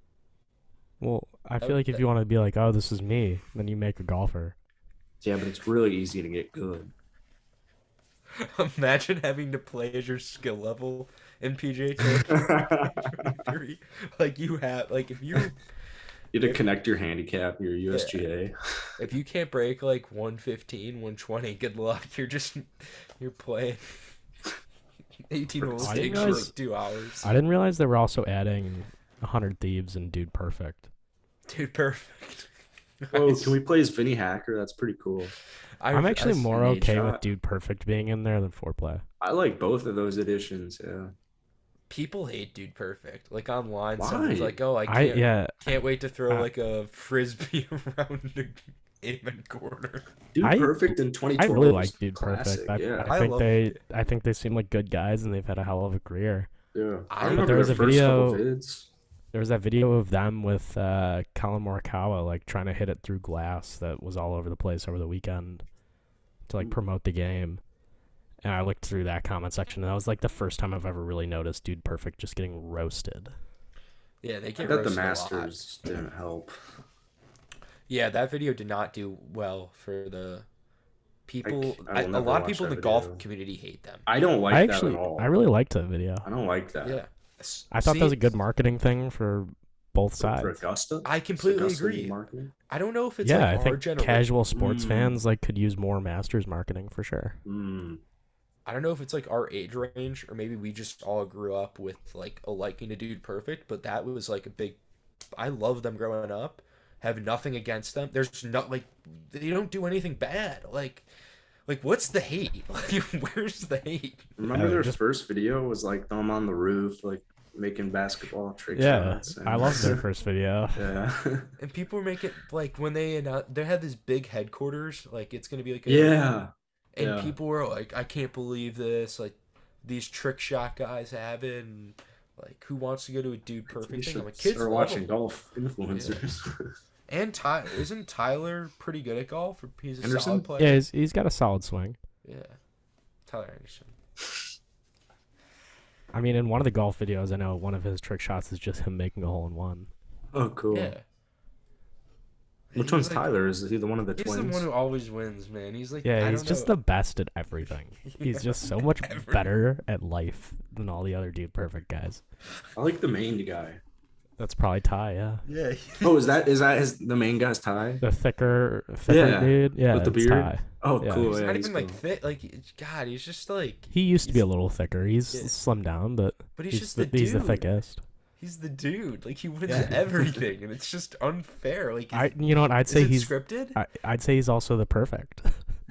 Speaker 2: Well, I feel
Speaker 3: would
Speaker 2: like if you want to be like, "Oh, this is me," then you make a golfer.
Speaker 1: yeah, but it's really easy to get good.
Speaker 3: imagine having to play as your skill level in PJ Tour three. Like you have, like if you
Speaker 1: You had to connect your handicap, your USGA.
Speaker 3: if you can't break like 115, 120, good luck. You're just you're playing 18 holes
Speaker 2: I
Speaker 3: takes
Speaker 2: didn't
Speaker 3: you,
Speaker 2: realize-
Speaker 3: like two hours.
Speaker 2: I didn't realize they were also adding 100 Thieves and Dude Perfect.
Speaker 3: Dude, perfect.
Speaker 1: Oh, can we play as Vinny Hacker? That's pretty cool.
Speaker 3: I,
Speaker 2: I'm actually more
Speaker 1: need
Speaker 2: okay with
Speaker 1: shot.
Speaker 2: Dude Perfect being in there than foreplay.
Speaker 1: I like both of those editions. Yeah.
Speaker 3: People hate dude perfect. Like online,
Speaker 1: Why?
Speaker 3: someone's like, "Oh, I can't,
Speaker 2: I yeah,
Speaker 3: can't wait to throw
Speaker 2: Uh,
Speaker 3: like a frisbee around the even corner."
Speaker 1: Dude
Speaker 2: I-
Speaker 1: Perfect in
Speaker 2: I
Speaker 1: 2012.
Speaker 2: really
Speaker 1: was
Speaker 2: like Dude
Speaker 1: classic,
Speaker 2: Perfect. I,
Speaker 1: yeah.
Speaker 2: I
Speaker 3: I
Speaker 2: think
Speaker 3: love
Speaker 2: they I think they seem like good guys and they've had a hell of a career.
Speaker 1: Yeah. I
Speaker 3: I- But
Speaker 1: remember
Speaker 2: there was
Speaker 1: the
Speaker 2: a
Speaker 1: first couple
Speaker 2: video-
Speaker 1: vids.
Speaker 2: There was that video of them with uh, Colin Morikawa like trying to hit it through glass that was all over the place over the weekend to
Speaker 1: Hmm.
Speaker 2: like promote the game. And I looked through that comment section, and that was like the first time I've ever really noticed Dude Perfect just getting roasted.
Speaker 3: Yeah, they
Speaker 1: I
Speaker 3: get
Speaker 1: bet the
Speaker 3: roasted a lot.
Speaker 1: Masters didn't help.
Speaker 3: Yeah, that video did not do well for the people.
Speaker 1: I
Speaker 3: I
Speaker 1: will never
Speaker 3: a lot of
Speaker 1: watch
Speaker 3: people in
Speaker 1: that
Speaker 3: the golf
Speaker 1: video.
Speaker 3: community hate them.
Speaker 1: I uh, don't like
Speaker 2: I
Speaker 1: that
Speaker 2: actually,
Speaker 1: at all.
Speaker 2: I really liked that video.
Speaker 1: I don't like that.
Speaker 3: Yeah,
Speaker 2: I thought
Speaker 3: See,
Speaker 2: that was a good marketing thing for both sides.
Speaker 1: For Augusta?
Speaker 3: I
Speaker 1: Is
Speaker 3: completely
Speaker 1: Augusta
Speaker 3: agree.
Speaker 1: marketing?
Speaker 3: I don't know if it's
Speaker 2: yeah,
Speaker 3: like
Speaker 2: I
Speaker 3: our
Speaker 2: think
Speaker 3: generation.
Speaker 2: casual sports
Speaker 1: Mm.
Speaker 2: fans like could use more Masters marketing for sure.
Speaker 1: Mm.
Speaker 3: I don't know if it's like our age range or maybe we just all grew up with like a liking to Dude Perfect, but that was like a big. I love them growing up. Have nothing against them. There's not like they don't do anything bad. Like, like what's the hate? Like, where's the hate?
Speaker 1: Remember
Speaker 2: Uh,
Speaker 1: their
Speaker 2: just-
Speaker 1: first video was like them on the roof, like making basketball trick
Speaker 2: Yeah,
Speaker 1: shots.
Speaker 2: I
Speaker 1: and-
Speaker 2: loved their first video.
Speaker 1: yeah.
Speaker 3: And people make it like when they annou- they had this big headquarters. Like it's gonna be like a,
Speaker 1: yeah.
Speaker 3: And
Speaker 1: yeah.
Speaker 3: people were like, I can't believe this. Like these trick shot guys have it. And like who wants to go to a Dude Perfect thing? I'm like kids
Speaker 1: are
Speaker 3: love
Speaker 1: watching
Speaker 3: 'em."
Speaker 1: golf influencers.
Speaker 3: And Ty isn't Tyler pretty good at golf? He's a
Speaker 1: Anderson?
Speaker 3: solid player.
Speaker 2: Yeah, he's, he's got a solid swing.
Speaker 3: Yeah. Tyler Anderson.
Speaker 2: I mean, in one of the golf videos, I know one of his trick shots is just him making a hole in one.
Speaker 1: oh, cool.
Speaker 3: Yeah.
Speaker 1: Which
Speaker 3: He's
Speaker 1: one's
Speaker 3: like-
Speaker 1: Tyler? Is he the one of the
Speaker 3: He's
Speaker 1: twins?
Speaker 3: the one who always wins, man. He's like
Speaker 2: Yeah,
Speaker 3: I
Speaker 2: he's
Speaker 3: don't
Speaker 2: just
Speaker 3: know.
Speaker 2: the best at everything. He's just so much
Speaker 3: Everything.
Speaker 2: better at life than all the other dude perfect guys.
Speaker 1: I like the main guy.
Speaker 2: That's probably Ty, yeah.
Speaker 3: yeah.
Speaker 1: Oh, is that is that his the main guy's Ty?
Speaker 2: The thicker, thicker
Speaker 1: Yeah,
Speaker 2: dude. Yeah,
Speaker 1: with the
Speaker 2: it's
Speaker 1: beard.
Speaker 2: Ty.
Speaker 1: Oh,
Speaker 2: Yeah.
Speaker 1: cool.
Speaker 3: He's
Speaker 1: yeah,
Speaker 3: not
Speaker 1: he's
Speaker 3: even like
Speaker 1: cool.
Speaker 3: thick. Like God, he's just like.
Speaker 2: He used to be
Speaker 3: He's-
Speaker 2: a little thicker. He's
Speaker 3: yeah.
Speaker 2: slimmed down, but
Speaker 3: But he's,
Speaker 2: he's,
Speaker 3: just
Speaker 2: the,
Speaker 3: the, dude.
Speaker 2: he's the thickest.
Speaker 3: He's the dude. Like he wins
Speaker 1: Yeah.
Speaker 3: everything, and it's just unfair. Like is,
Speaker 2: I, you know what? I'd
Speaker 3: is
Speaker 2: say
Speaker 3: it
Speaker 2: he's.
Speaker 3: scripted.
Speaker 2: I, I'd say he's also the perfect.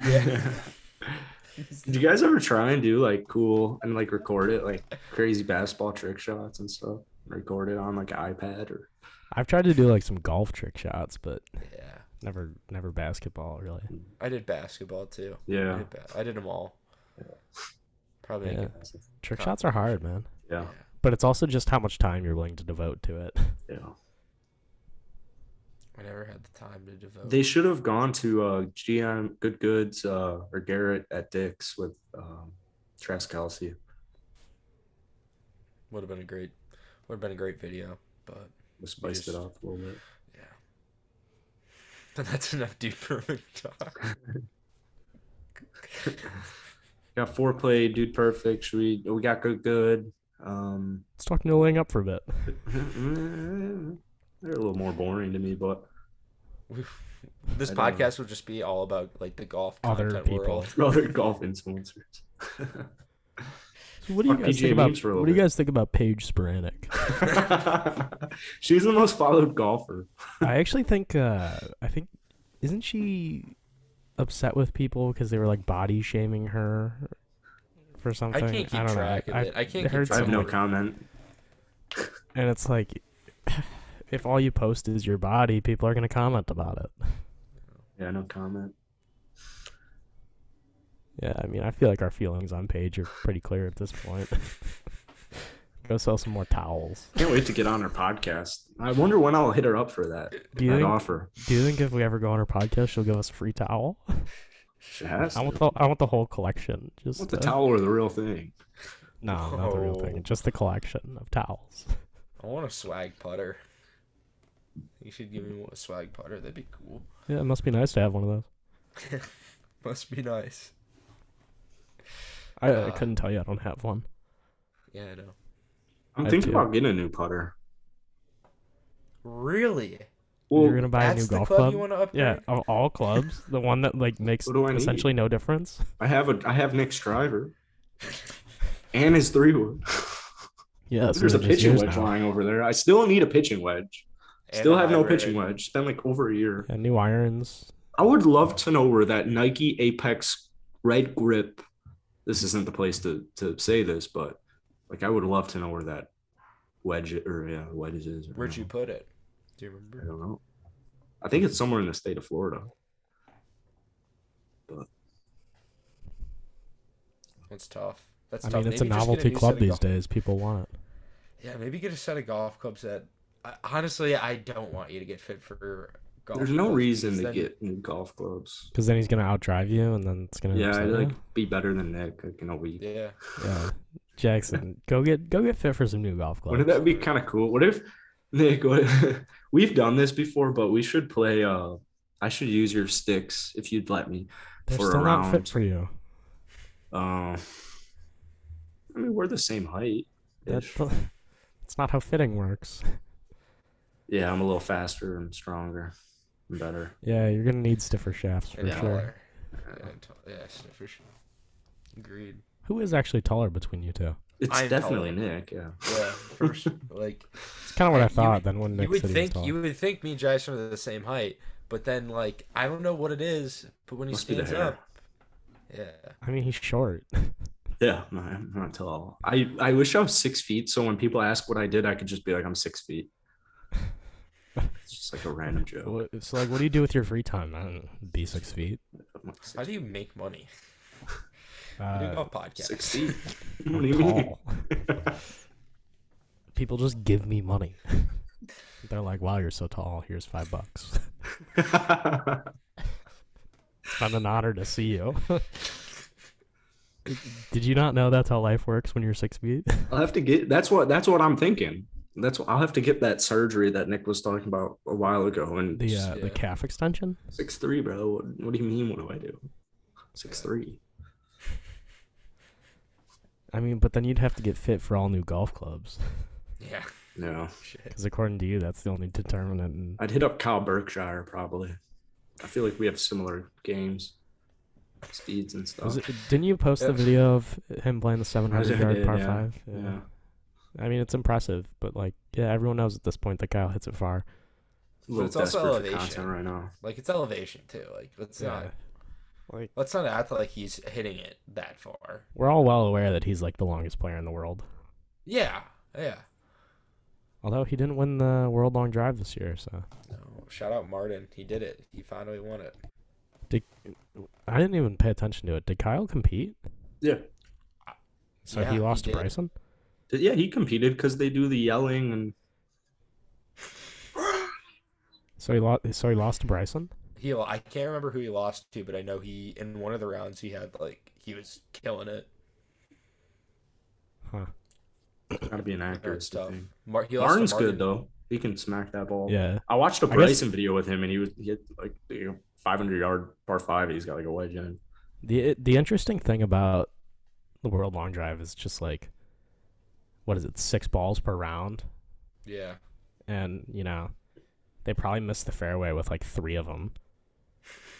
Speaker 1: Did you guys ever try and do like cool and like record it like crazy basketball trick shots and stuff? Record it on like an iPad or
Speaker 2: I've tried to do like some golf trick shots, but
Speaker 3: yeah,
Speaker 2: never, never basketball really.
Speaker 3: I did basketball too. I,
Speaker 1: yeah.
Speaker 3: did ba- I did them all. Probably.
Speaker 2: Yeah.
Speaker 3: like,
Speaker 2: Trick
Speaker 3: Huh.
Speaker 2: shots are hard, man.
Speaker 1: Yeah.
Speaker 2: But it's also just how much time you're willing to devote to it.
Speaker 1: Yeah.
Speaker 3: I never had the time to devote.
Speaker 1: They should have gone to uh GM Good Goods uh or Garrett at Dick's with um Trask Kelsey.
Speaker 3: would have been a great, would have been a great video, but
Speaker 1: We spiced it up a little bit.
Speaker 3: yeah. That's enough dude perfect talk.
Speaker 1: Got foreplay, dude perfect. Should we we got good good. Um
Speaker 2: Let's talk noodling up for a bit.
Speaker 1: they're a little more boring to me, but
Speaker 3: We- this
Speaker 1: I don't know.
Speaker 3: podcast will just be all about like the golf
Speaker 2: Other
Speaker 3: content
Speaker 2: people.
Speaker 3: world.
Speaker 1: other golf influencers.
Speaker 2: So what do you
Speaker 1: Fuck
Speaker 2: guys
Speaker 1: PGA
Speaker 2: think about?
Speaker 1: memes for a little
Speaker 2: What do you
Speaker 1: bit.
Speaker 2: guys think about Paige Sporanic?
Speaker 1: She's the most followed golfer.
Speaker 2: I actually think uh, I think isn't she upset with people because they were like body shaming her for
Speaker 3: I
Speaker 2: something?
Speaker 3: can't keep
Speaker 2: don't
Speaker 3: track
Speaker 2: know.
Speaker 3: of it. I can't keep
Speaker 2: heard
Speaker 1: I
Speaker 3: track
Speaker 1: have
Speaker 3: of
Speaker 1: no
Speaker 3: it.
Speaker 1: comment.
Speaker 2: and it's like if all you post is your body, people are gonna comment about it.
Speaker 1: Yeah, no comment.
Speaker 2: Yeah, I mean, I feel like our feelings on Paige are pretty clear at this point. Go sell some more towels.
Speaker 1: Can't wait to get on her podcast. I wonder when I'll hit her up for that.
Speaker 2: Do you
Speaker 1: that
Speaker 2: think?
Speaker 1: offer.
Speaker 2: Do you think if we ever go on her podcast, she'll give us a free towel?
Speaker 1: She has.
Speaker 2: I
Speaker 1: to.
Speaker 2: want the I want the whole collection. Just
Speaker 1: What the
Speaker 2: uh,
Speaker 1: towel or the real thing?
Speaker 2: No, not the real
Speaker 3: Oh.
Speaker 2: thing. Just the collection of towels.
Speaker 3: I want a swag putter. You should give me a swag putter. That'd be cool.
Speaker 2: Yeah, it must be nice to have one of those.
Speaker 3: Must be nice.
Speaker 2: I, I
Speaker 3: Uh,
Speaker 2: couldn't tell you I don't have one.
Speaker 3: Yeah, I know.
Speaker 1: I'm
Speaker 2: I
Speaker 1: thinking
Speaker 2: do.
Speaker 1: about getting a new putter.
Speaker 3: Really?
Speaker 1: Well,
Speaker 2: You're gonna buy a new
Speaker 3: That's the
Speaker 2: golf
Speaker 3: club,
Speaker 2: club.
Speaker 3: you want to upgrade?
Speaker 2: yeah, of all clubs, the one that like makes
Speaker 1: What do I need?
Speaker 2: essentially no difference.
Speaker 1: I have a I have Nick's driver, and his three wood.
Speaker 2: Yeah,
Speaker 1: There's a pitching wedge lying over there. I still need a pitching wedge.
Speaker 3: And
Speaker 1: Still
Speaker 3: a
Speaker 1: have no
Speaker 3: hybrid.
Speaker 1: pitching wedge. Spent like over a year.
Speaker 2: Yeah, new irons.
Speaker 1: I would love to know where that Nike Apex Red Grip. This isn't the place to to say this, but like I would love to know where that wedge or yeah wedge is. I
Speaker 3: Where'd
Speaker 1: don't
Speaker 3: you
Speaker 1: know.
Speaker 3: put it? Do you
Speaker 1: I
Speaker 3: remember?
Speaker 1: don't know. I think it's somewhere in the state of Florida.
Speaker 3: That's tough. That's
Speaker 2: I
Speaker 3: tough.
Speaker 2: mean, it's a
Speaker 3: Maybe just get
Speaker 2: novelty
Speaker 3: new
Speaker 2: club
Speaker 3: set of
Speaker 2: these
Speaker 3: golf-
Speaker 2: days. People want it.
Speaker 3: Yeah, maybe get a set of golf clubs that. I, honestly, I don't want you to get fit for golf.
Speaker 1: There's no
Speaker 3: clubs
Speaker 1: reason
Speaker 3: because
Speaker 1: to
Speaker 3: then-
Speaker 1: get new golf clubs.
Speaker 2: Because then he's gonna outdrive you, and then it's gonna.
Speaker 1: Yeah, I
Speaker 2: upset
Speaker 1: like
Speaker 2: you.
Speaker 1: be better than Nick like, in a week.
Speaker 3: Yeah,
Speaker 2: Yeah. Jackson, go get go get fit for some new golf clubs.
Speaker 1: Wouldn't that be kind of cool? What if Nick? What, we've done this before, but we should play. Uh, I should use your sticks if you'd let me.
Speaker 2: They're
Speaker 1: for a
Speaker 2: still not
Speaker 1: round.
Speaker 2: fit for you.
Speaker 1: Um, I mean, we're the same height.
Speaker 2: That, that's not how fitting works.
Speaker 1: Yeah, I'm a little faster and stronger, and better.
Speaker 2: Yeah, you're gonna need stiffer shafts for
Speaker 3: and
Speaker 1: Yeah.
Speaker 2: sure.
Speaker 3: taller. And tall- yeah, for sure. Agreed.
Speaker 2: Who is actually taller between you two?
Speaker 1: It's
Speaker 3: I am
Speaker 1: definitely Nick. Yeah.
Speaker 3: Yeah, first like
Speaker 2: It's kind of what
Speaker 3: Yeah,
Speaker 2: I
Speaker 3: you
Speaker 2: thought.
Speaker 3: would-
Speaker 2: then when Nick
Speaker 3: you would
Speaker 2: said he was
Speaker 3: think
Speaker 2: tall.
Speaker 3: you would think me and Jason are the same height, but then like I don't know what it is, but when he
Speaker 1: Must be the
Speaker 3: stands
Speaker 1: hair.
Speaker 3: up, yeah,
Speaker 2: I mean, he's short.
Speaker 1: Yeah, I'm not, I'm not tall. I, I wish I was six feet. So when people ask what I did, I could just be like, I'm six feet. It's just like a random joke.
Speaker 2: What- It's like, what do you do with your free time? I don't know, be six feet.
Speaker 1: I'm like, six,
Speaker 3: how do you make money? We
Speaker 2: Uh,
Speaker 3: do a podcast.
Speaker 1: six feet.
Speaker 2: I'm
Speaker 1: What do you mean?
Speaker 2: tall. People just give me money. They're like, "Wow, you're so tall. Here's five bucks. It's been an honor to see you." Did you not know that's how life works when you're six feet?
Speaker 1: I'll have to get. That's what. That's what I'm thinking. That's what I'll have to get that surgery that Nick was talking about a while ago. And
Speaker 2: The uh,
Speaker 3: Yeah.
Speaker 2: the calf extension.
Speaker 1: six three, bro. What, what do you mean? What do I do? Six three.
Speaker 2: I mean, but then you'd have to get fit for all new golf clubs.
Speaker 3: Yeah,
Speaker 1: No,
Speaker 3: shit.
Speaker 2: Because according to you, that's the only determinant. in-
Speaker 1: I'd hit up Kyle Berkshire probably. I feel like we have similar games, speeds and stuff.
Speaker 2: Was it, didn't you post the
Speaker 3: Yeah.
Speaker 2: video of him playing
Speaker 1: I
Speaker 2: the 700
Speaker 1: did,
Speaker 2: yard par
Speaker 1: yeah.
Speaker 2: five?
Speaker 1: yeah.
Speaker 2: I mean, it's impressive, but like, yeah, everyone knows at this point that Kyle hits it far.
Speaker 1: A little
Speaker 3: it's also
Speaker 1: desperate for
Speaker 3: elevation.
Speaker 1: content right now.
Speaker 3: Like it's elevation too. Like let's not
Speaker 2: Like,
Speaker 3: let's not act like he's hitting it that far.
Speaker 2: we're all well aware that he's like the longest player in the world.
Speaker 3: Yeah, yeah.
Speaker 2: Although he didn't win the world long drive this year, so
Speaker 3: No, shout out Martin. He did it. He finally won it.
Speaker 2: I didn't even pay attention to it. Did Kyle compete?
Speaker 1: Yeah.
Speaker 2: So
Speaker 3: Yeah,
Speaker 2: he lost to
Speaker 3: did.
Speaker 2: Bryson.
Speaker 1: Yeah, he competed because they do the yelling and
Speaker 2: So he lost. So he lost to Bryson.
Speaker 3: He I can't remember who he lost to, but I know he in one of the rounds he had like he was killing it.
Speaker 2: Huh.
Speaker 1: gotta be an
Speaker 3: Or
Speaker 1: accurate
Speaker 3: stuff.
Speaker 1: stuff.
Speaker 3: Mar- he lost to
Speaker 1: Martin's
Speaker 3: Martin.
Speaker 1: good though. He can smack that ball.
Speaker 2: Yeah.
Speaker 1: I watched a
Speaker 2: guess-
Speaker 1: Bryson video with him, and he was he had like you know, 500 yard par five. He's got like a wedge in.
Speaker 2: the The interesting thing about the world long drive is just like, what is it? Six balls per round.
Speaker 3: Yeah.
Speaker 2: and you know they probably missed the fairway with like three of them.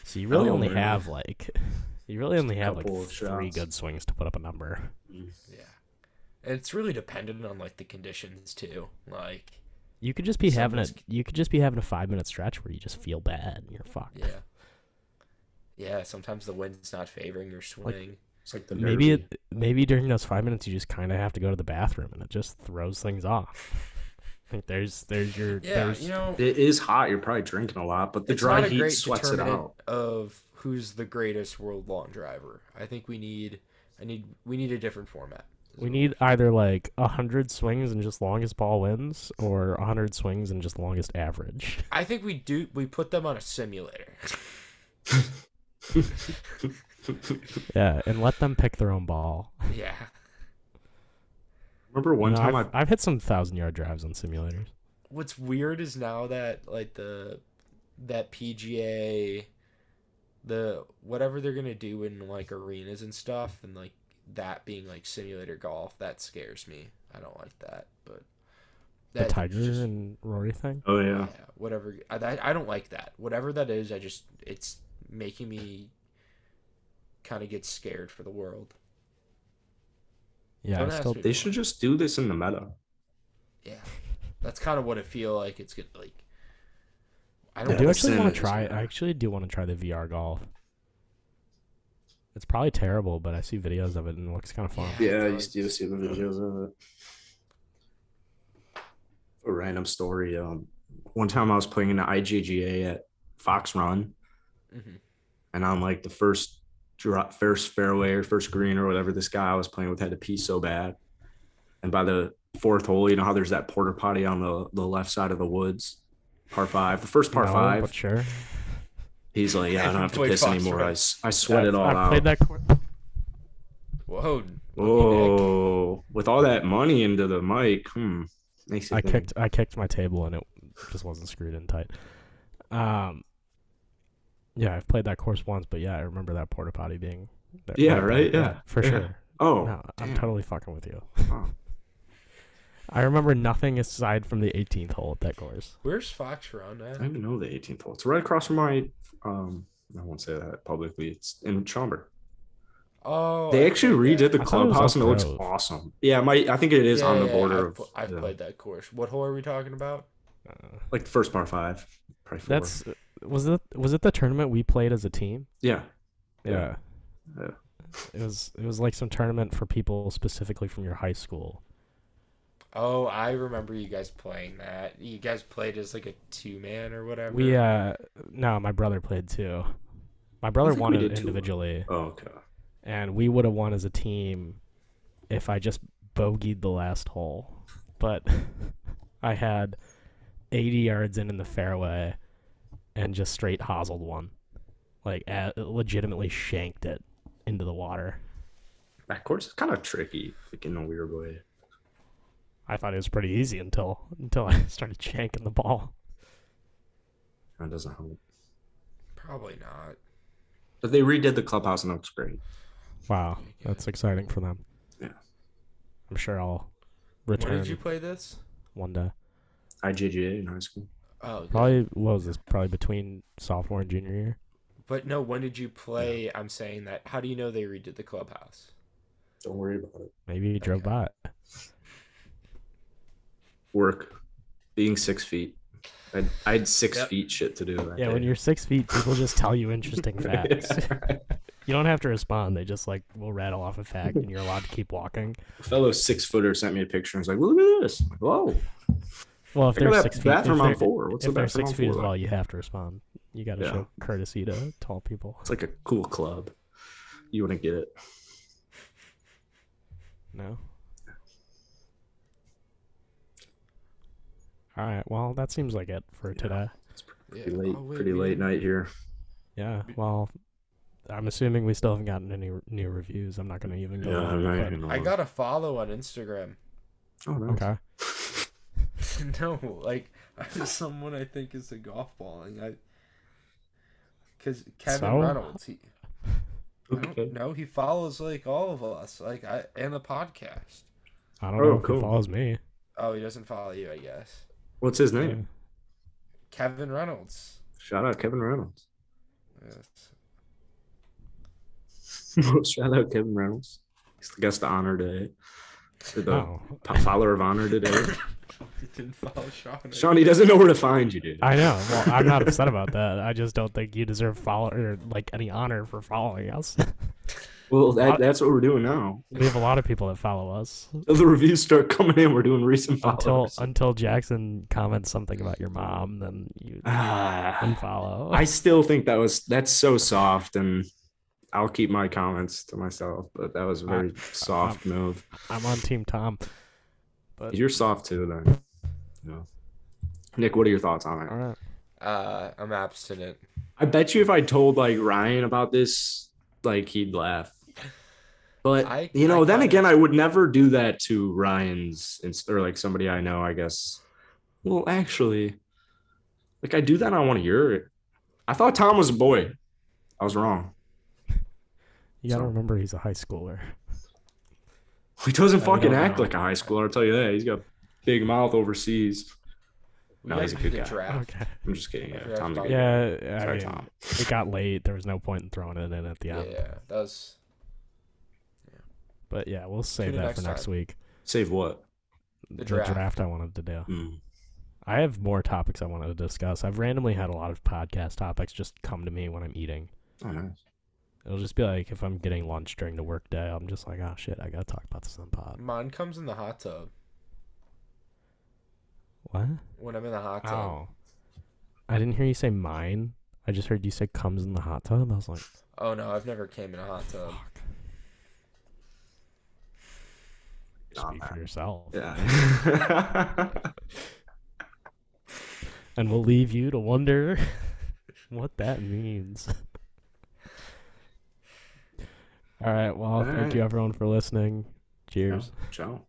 Speaker 2: So you really
Speaker 1: Oh,
Speaker 2: only
Speaker 1: really?
Speaker 2: have like you really only have like
Speaker 1: couple
Speaker 2: three
Speaker 1: of shots.
Speaker 2: good swings to put up a number.
Speaker 3: Yeah. And it's really dependent on like the conditions too. Like,
Speaker 2: You could just be having a
Speaker 3: Someone's-
Speaker 2: you could just be having a five minute stretch where you just feel bad and you're fucked.
Speaker 3: yeah. Yeah, sometimes the wind's not favoring your swing.
Speaker 1: It's like the
Speaker 2: Maybe
Speaker 1: Derby.
Speaker 2: it, maybe during those five minutes you just kind of have to go to the bathroom and it just throws things off. Like there's there's your
Speaker 3: yeah,
Speaker 2: there's
Speaker 3: you know,
Speaker 1: it is hot. You're probably drinking a lot, but the
Speaker 3: it's
Speaker 1: dry
Speaker 3: not a
Speaker 1: heat
Speaker 3: great
Speaker 1: sweats it
Speaker 3: determinant
Speaker 1: out.
Speaker 3: of who's the greatest world long driver. I think we need I need we need a different format.
Speaker 2: we need either like a hundred swings and just longest ball wins or a hundred swings and just longest average.
Speaker 3: I think we do we put them on a simulator.
Speaker 2: Yeah, and let them pick their own ball.
Speaker 3: yeah.
Speaker 1: Remember one
Speaker 2: You know,
Speaker 1: time
Speaker 2: I've,
Speaker 1: I
Speaker 2: I've hit some thousand yard drives on simulators.
Speaker 3: What's weird is now that like the that PGA the whatever they're gonna do in like arenas and stuff and like that being like simulator golf that scares me i don't like that but
Speaker 2: The
Speaker 3: that
Speaker 2: Tiger
Speaker 3: just-
Speaker 2: and Rory thing.
Speaker 1: oh
Speaker 3: yeah.
Speaker 1: yeah,
Speaker 3: whatever I, that- I don't like that whatever that is i just it's making me kind of get scared for the world
Speaker 2: Yeah,
Speaker 3: Don't
Speaker 2: I
Speaker 3: ask
Speaker 2: still,
Speaker 3: me.
Speaker 1: they should just do this in the meta.
Speaker 3: yeah that's kind of what it feel like it's good like i
Speaker 2: I
Speaker 3: don't
Speaker 1: Yeah,
Speaker 2: do
Speaker 1: the
Speaker 2: actually want
Speaker 1: cinemas,
Speaker 2: to try.
Speaker 1: yeah.
Speaker 2: I actually do want to try the VR golf. It's probably terrible, but I see videos of it and it looks kind of fun.
Speaker 3: Yeah,
Speaker 1: Yeah,
Speaker 3: it
Speaker 1: you still
Speaker 3: does.
Speaker 1: see the videos of it. A random story. Um, one time I was playing in the IGGA at Fox Run,
Speaker 3: Mhm.
Speaker 1: and on like the first drop first fairway or first green or whatever this guy I was playing with had to pee so bad. And by the fourth hole, you know how there's that porter potty on the, the left side of the woods, par five, the first par
Speaker 2: No,
Speaker 1: five.
Speaker 2: But sure.
Speaker 1: He's like, yeah, I don't have to
Speaker 3: Played
Speaker 1: piss
Speaker 3: Fox
Speaker 1: anymore.
Speaker 3: Run.
Speaker 1: I, s- I sweat it all
Speaker 2: I
Speaker 1: out.
Speaker 2: played that course.
Speaker 3: Whoa. lucky Nick.
Speaker 1: Whoa, with all that money into the mic, hmm. Makes you
Speaker 2: I
Speaker 1: think.
Speaker 2: kicked I kicked my table and it just wasn't screwed in tight. Um Yeah, I've played that course once, but yeah, I remember that porta potty being that
Speaker 1: Yeah,
Speaker 2: right,
Speaker 1: right?
Speaker 2: there.
Speaker 1: Yeah.
Speaker 2: for
Speaker 1: Yeah.
Speaker 2: sure.
Speaker 1: Oh,
Speaker 2: no, I'm
Speaker 1: damn.
Speaker 2: totally fucking with you.
Speaker 1: wow.
Speaker 2: I remember nothing aside from the 18th hole at that course.
Speaker 3: Where's Fox Run
Speaker 1: I
Speaker 3: at?
Speaker 1: don't even know the 18th hole. It's right across from my. Um, I won't say that publicly. It's in Schaumburg.
Speaker 3: Oh.
Speaker 1: They
Speaker 3: I
Speaker 1: actually
Speaker 3: played
Speaker 1: redid
Speaker 3: that.
Speaker 1: the
Speaker 2: I thought it was
Speaker 1: clubhouse and it looks
Speaker 2: Oak Grove.
Speaker 1: awesome. Yeah, my I think it is
Speaker 3: Yeah,
Speaker 1: on the
Speaker 3: yeah,
Speaker 1: border
Speaker 3: I've,
Speaker 1: of
Speaker 3: pl- I've
Speaker 1: yeah,
Speaker 3: played that course. What hole are we talking about?
Speaker 2: Uh,
Speaker 1: like the first par five. Probably four.
Speaker 2: that's uh, was it was it the tournament we played as a team?
Speaker 1: yeah.
Speaker 2: Yeah.
Speaker 1: Yeah. Yeah.
Speaker 2: It was it was like some tournament for people specifically from your high school.
Speaker 3: Oh, I remember you guys playing that. You guys played as like a two man or whatever.
Speaker 2: We uh no, my brother played too. My brother
Speaker 1: think we
Speaker 2: won it
Speaker 1: did too.
Speaker 2: individually.
Speaker 1: Oh, okay.
Speaker 2: and we would have won as a team if I just bogeyed the last hole. But I had 80 yards in in the fairway and just straight hosled one. Like, a legitimately shanked it into the water.
Speaker 1: That course is kind of tricky, like in a weird way.
Speaker 2: I thought it was pretty easy until until I started shanking the ball.
Speaker 1: That doesn't help.
Speaker 3: Probably not.
Speaker 1: But they redid the clubhouse and it looks great.
Speaker 2: Wow, that's exciting for them.
Speaker 1: Yeah.
Speaker 2: I'm sure I'll
Speaker 3: When
Speaker 2: return
Speaker 3: did you play this?
Speaker 2: one day.
Speaker 1: IJGA in high school.
Speaker 3: Oh, good.
Speaker 2: Probably what was this? Probably between sophomore and junior year.
Speaker 3: but no. When did you play? I'm saying that. How do you know they redid the clubhouse?
Speaker 1: Don't worry about it.
Speaker 2: Maybe he drove
Speaker 3: Okay.
Speaker 2: by.
Speaker 1: Work, being six feet. I, I had six
Speaker 3: Yep.
Speaker 1: feet shit to do. That
Speaker 2: Yeah, when
Speaker 1: day.
Speaker 2: you're six feet, people just tell you interesting facts. You don't have to respond. They just like will rattle off a fact, and you're allowed to keep walking.
Speaker 1: A fellow six footer sent me a picture and was like, "Look at this! I'm like, Whoa,
Speaker 2: Well, if
Speaker 1: I got
Speaker 2: they're
Speaker 1: a
Speaker 2: six feet, if
Speaker 1: bathroom on
Speaker 2: they're,
Speaker 1: four. What's the
Speaker 2: if they're
Speaker 1: bathroom
Speaker 2: six
Speaker 1: on
Speaker 2: feet as
Speaker 1: four?
Speaker 2: well, you have to respond. You got to
Speaker 1: Yeah.
Speaker 2: show courtesy to tall people.
Speaker 1: It's like a cool club. You wouldn't get it.
Speaker 2: No. All right. Well, that seems like it for
Speaker 1: Yeah.
Speaker 2: today.
Speaker 3: Yeah.
Speaker 1: Pretty late,
Speaker 3: oh, wait,
Speaker 1: pretty
Speaker 3: we
Speaker 1: late
Speaker 3: didn't-
Speaker 1: night here.
Speaker 2: Yeah. Well, I'm assuming we still haven't gotten any r- new reviews. I'm not going to even go.
Speaker 1: Yeah,
Speaker 2: over
Speaker 1: I'm
Speaker 2: it,
Speaker 1: not
Speaker 2: but-
Speaker 1: even
Speaker 3: I
Speaker 1: on.
Speaker 3: got a follow on Instagram.
Speaker 1: Oh, nice.
Speaker 2: Okay.
Speaker 3: no, like someone I think is a golf balling. I because Kevin
Speaker 2: So?
Speaker 3: Reynolds. He, I
Speaker 1: Okay.
Speaker 3: don't know. He follows like all of us, like I and the podcast.
Speaker 2: I don't
Speaker 1: Oh,
Speaker 2: know if
Speaker 1: cool.
Speaker 2: it follows me.
Speaker 3: Oh, he doesn't follow you, I guess.
Speaker 1: What's his
Speaker 2: Yeah.
Speaker 1: name?
Speaker 3: Kevin Reynolds.
Speaker 1: Shout out Kevin Reynolds.
Speaker 3: Yes.
Speaker 1: Shout out Kevin Reynolds. He's the guest of honor today. Or The
Speaker 2: Oh,
Speaker 1: po- follower of honor today.
Speaker 3: He didn't follow Sean.
Speaker 1: Sean, he doesn't know where to find you, dude.
Speaker 2: I know. Well, I'm not upset about that. I just don't think you deserve follow or like any honor for following us.
Speaker 1: Well, that, that's what we're doing now.
Speaker 2: we have a lot of people that follow us.
Speaker 1: Until the reviews start coming in, we're doing recent
Speaker 2: Until
Speaker 1: followers.
Speaker 2: until Jackson comments something about your mom, then you
Speaker 1: Ah.
Speaker 2: unfollow.
Speaker 1: I still think that was that's so soft, and I'll keep my comments to myself. But that was a very soft move.
Speaker 2: I'm on Team Tom. But
Speaker 1: You're soft too, then. You know. Nick, what are your thoughts on
Speaker 2: all
Speaker 1: it?
Speaker 2: right.
Speaker 3: Uh, I'm abstinent.
Speaker 1: I bet you if I told like Ryan about this, like he'd laugh. But
Speaker 3: I-
Speaker 1: you know,
Speaker 3: I
Speaker 1: then
Speaker 3: kinda-
Speaker 1: again, I would never do that to Ryan's inst- or like somebody I know. I guess. Well, actually, like I do that on one of your. I thought Tom was a boy. I was wrong.
Speaker 2: You gotta
Speaker 1: So-
Speaker 2: remember he's a high schooler.
Speaker 1: He doesn't
Speaker 2: Yeah, we
Speaker 1: fucking
Speaker 2: don't
Speaker 1: act
Speaker 2: know.
Speaker 1: like a high schooler. I'll tell you that. He's got a big mouth overseas.
Speaker 3: We
Speaker 1: No,
Speaker 3: guys
Speaker 1: he's a good
Speaker 3: did
Speaker 1: guy.
Speaker 3: draft.
Speaker 2: Okay.
Speaker 1: I'm just kidding.
Speaker 3: I
Speaker 1: Oh, Yeah,
Speaker 3: forgot
Speaker 1: Tom's a
Speaker 3: about
Speaker 1: good guy.
Speaker 2: Yeah. I
Speaker 1: Sorry,
Speaker 2: mean,
Speaker 1: Tom.
Speaker 2: it got late. There was no point in throwing it in at the
Speaker 3: Yeah,
Speaker 2: end.
Speaker 3: yeah, that was.
Speaker 2: But yeah, we'll save
Speaker 3: Tune in
Speaker 2: that
Speaker 3: next
Speaker 2: for next
Speaker 3: time.
Speaker 2: week.
Speaker 1: Save what?
Speaker 2: The draft.
Speaker 3: draft.
Speaker 2: I wanted to do.
Speaker 1: Mm.
Speaker 2: I have more topics I wanted to discuss. I've randomly had a lot of podcast topics just come to me when I'm eating.
Speaker 1: Oh, nice.
Speaker 2: It'll just be like if I'm getting lunch during the workday, I'm just like, oh shit, I gotta talk about this on pod.
Speaker 3: Mine comes in the hot tub
Speaker 2: What?
Speaker 3: when I'm in the hot tub.
Speaker 2: Oh, I didn't hear you say mine. I just heard you say comes in the hot tub. I was like,
Speaker 3: Oh no, I've never came in a hot tub.
Speaker 2: fuck.
Speaker 1: Nah,
Speaker 2: Speak for
Speaker 1: man.
Speaker 2: yourself.
Speaker 1: Yeah.
Speaker 2: And we'll leave you to wonder what that means. All right. Well,
Speaker 1: All
Speaker 2: thank
Speaker 1: right.
Speaker 2: you everyone for listening. Cheers.
Speaker 1: Ciao.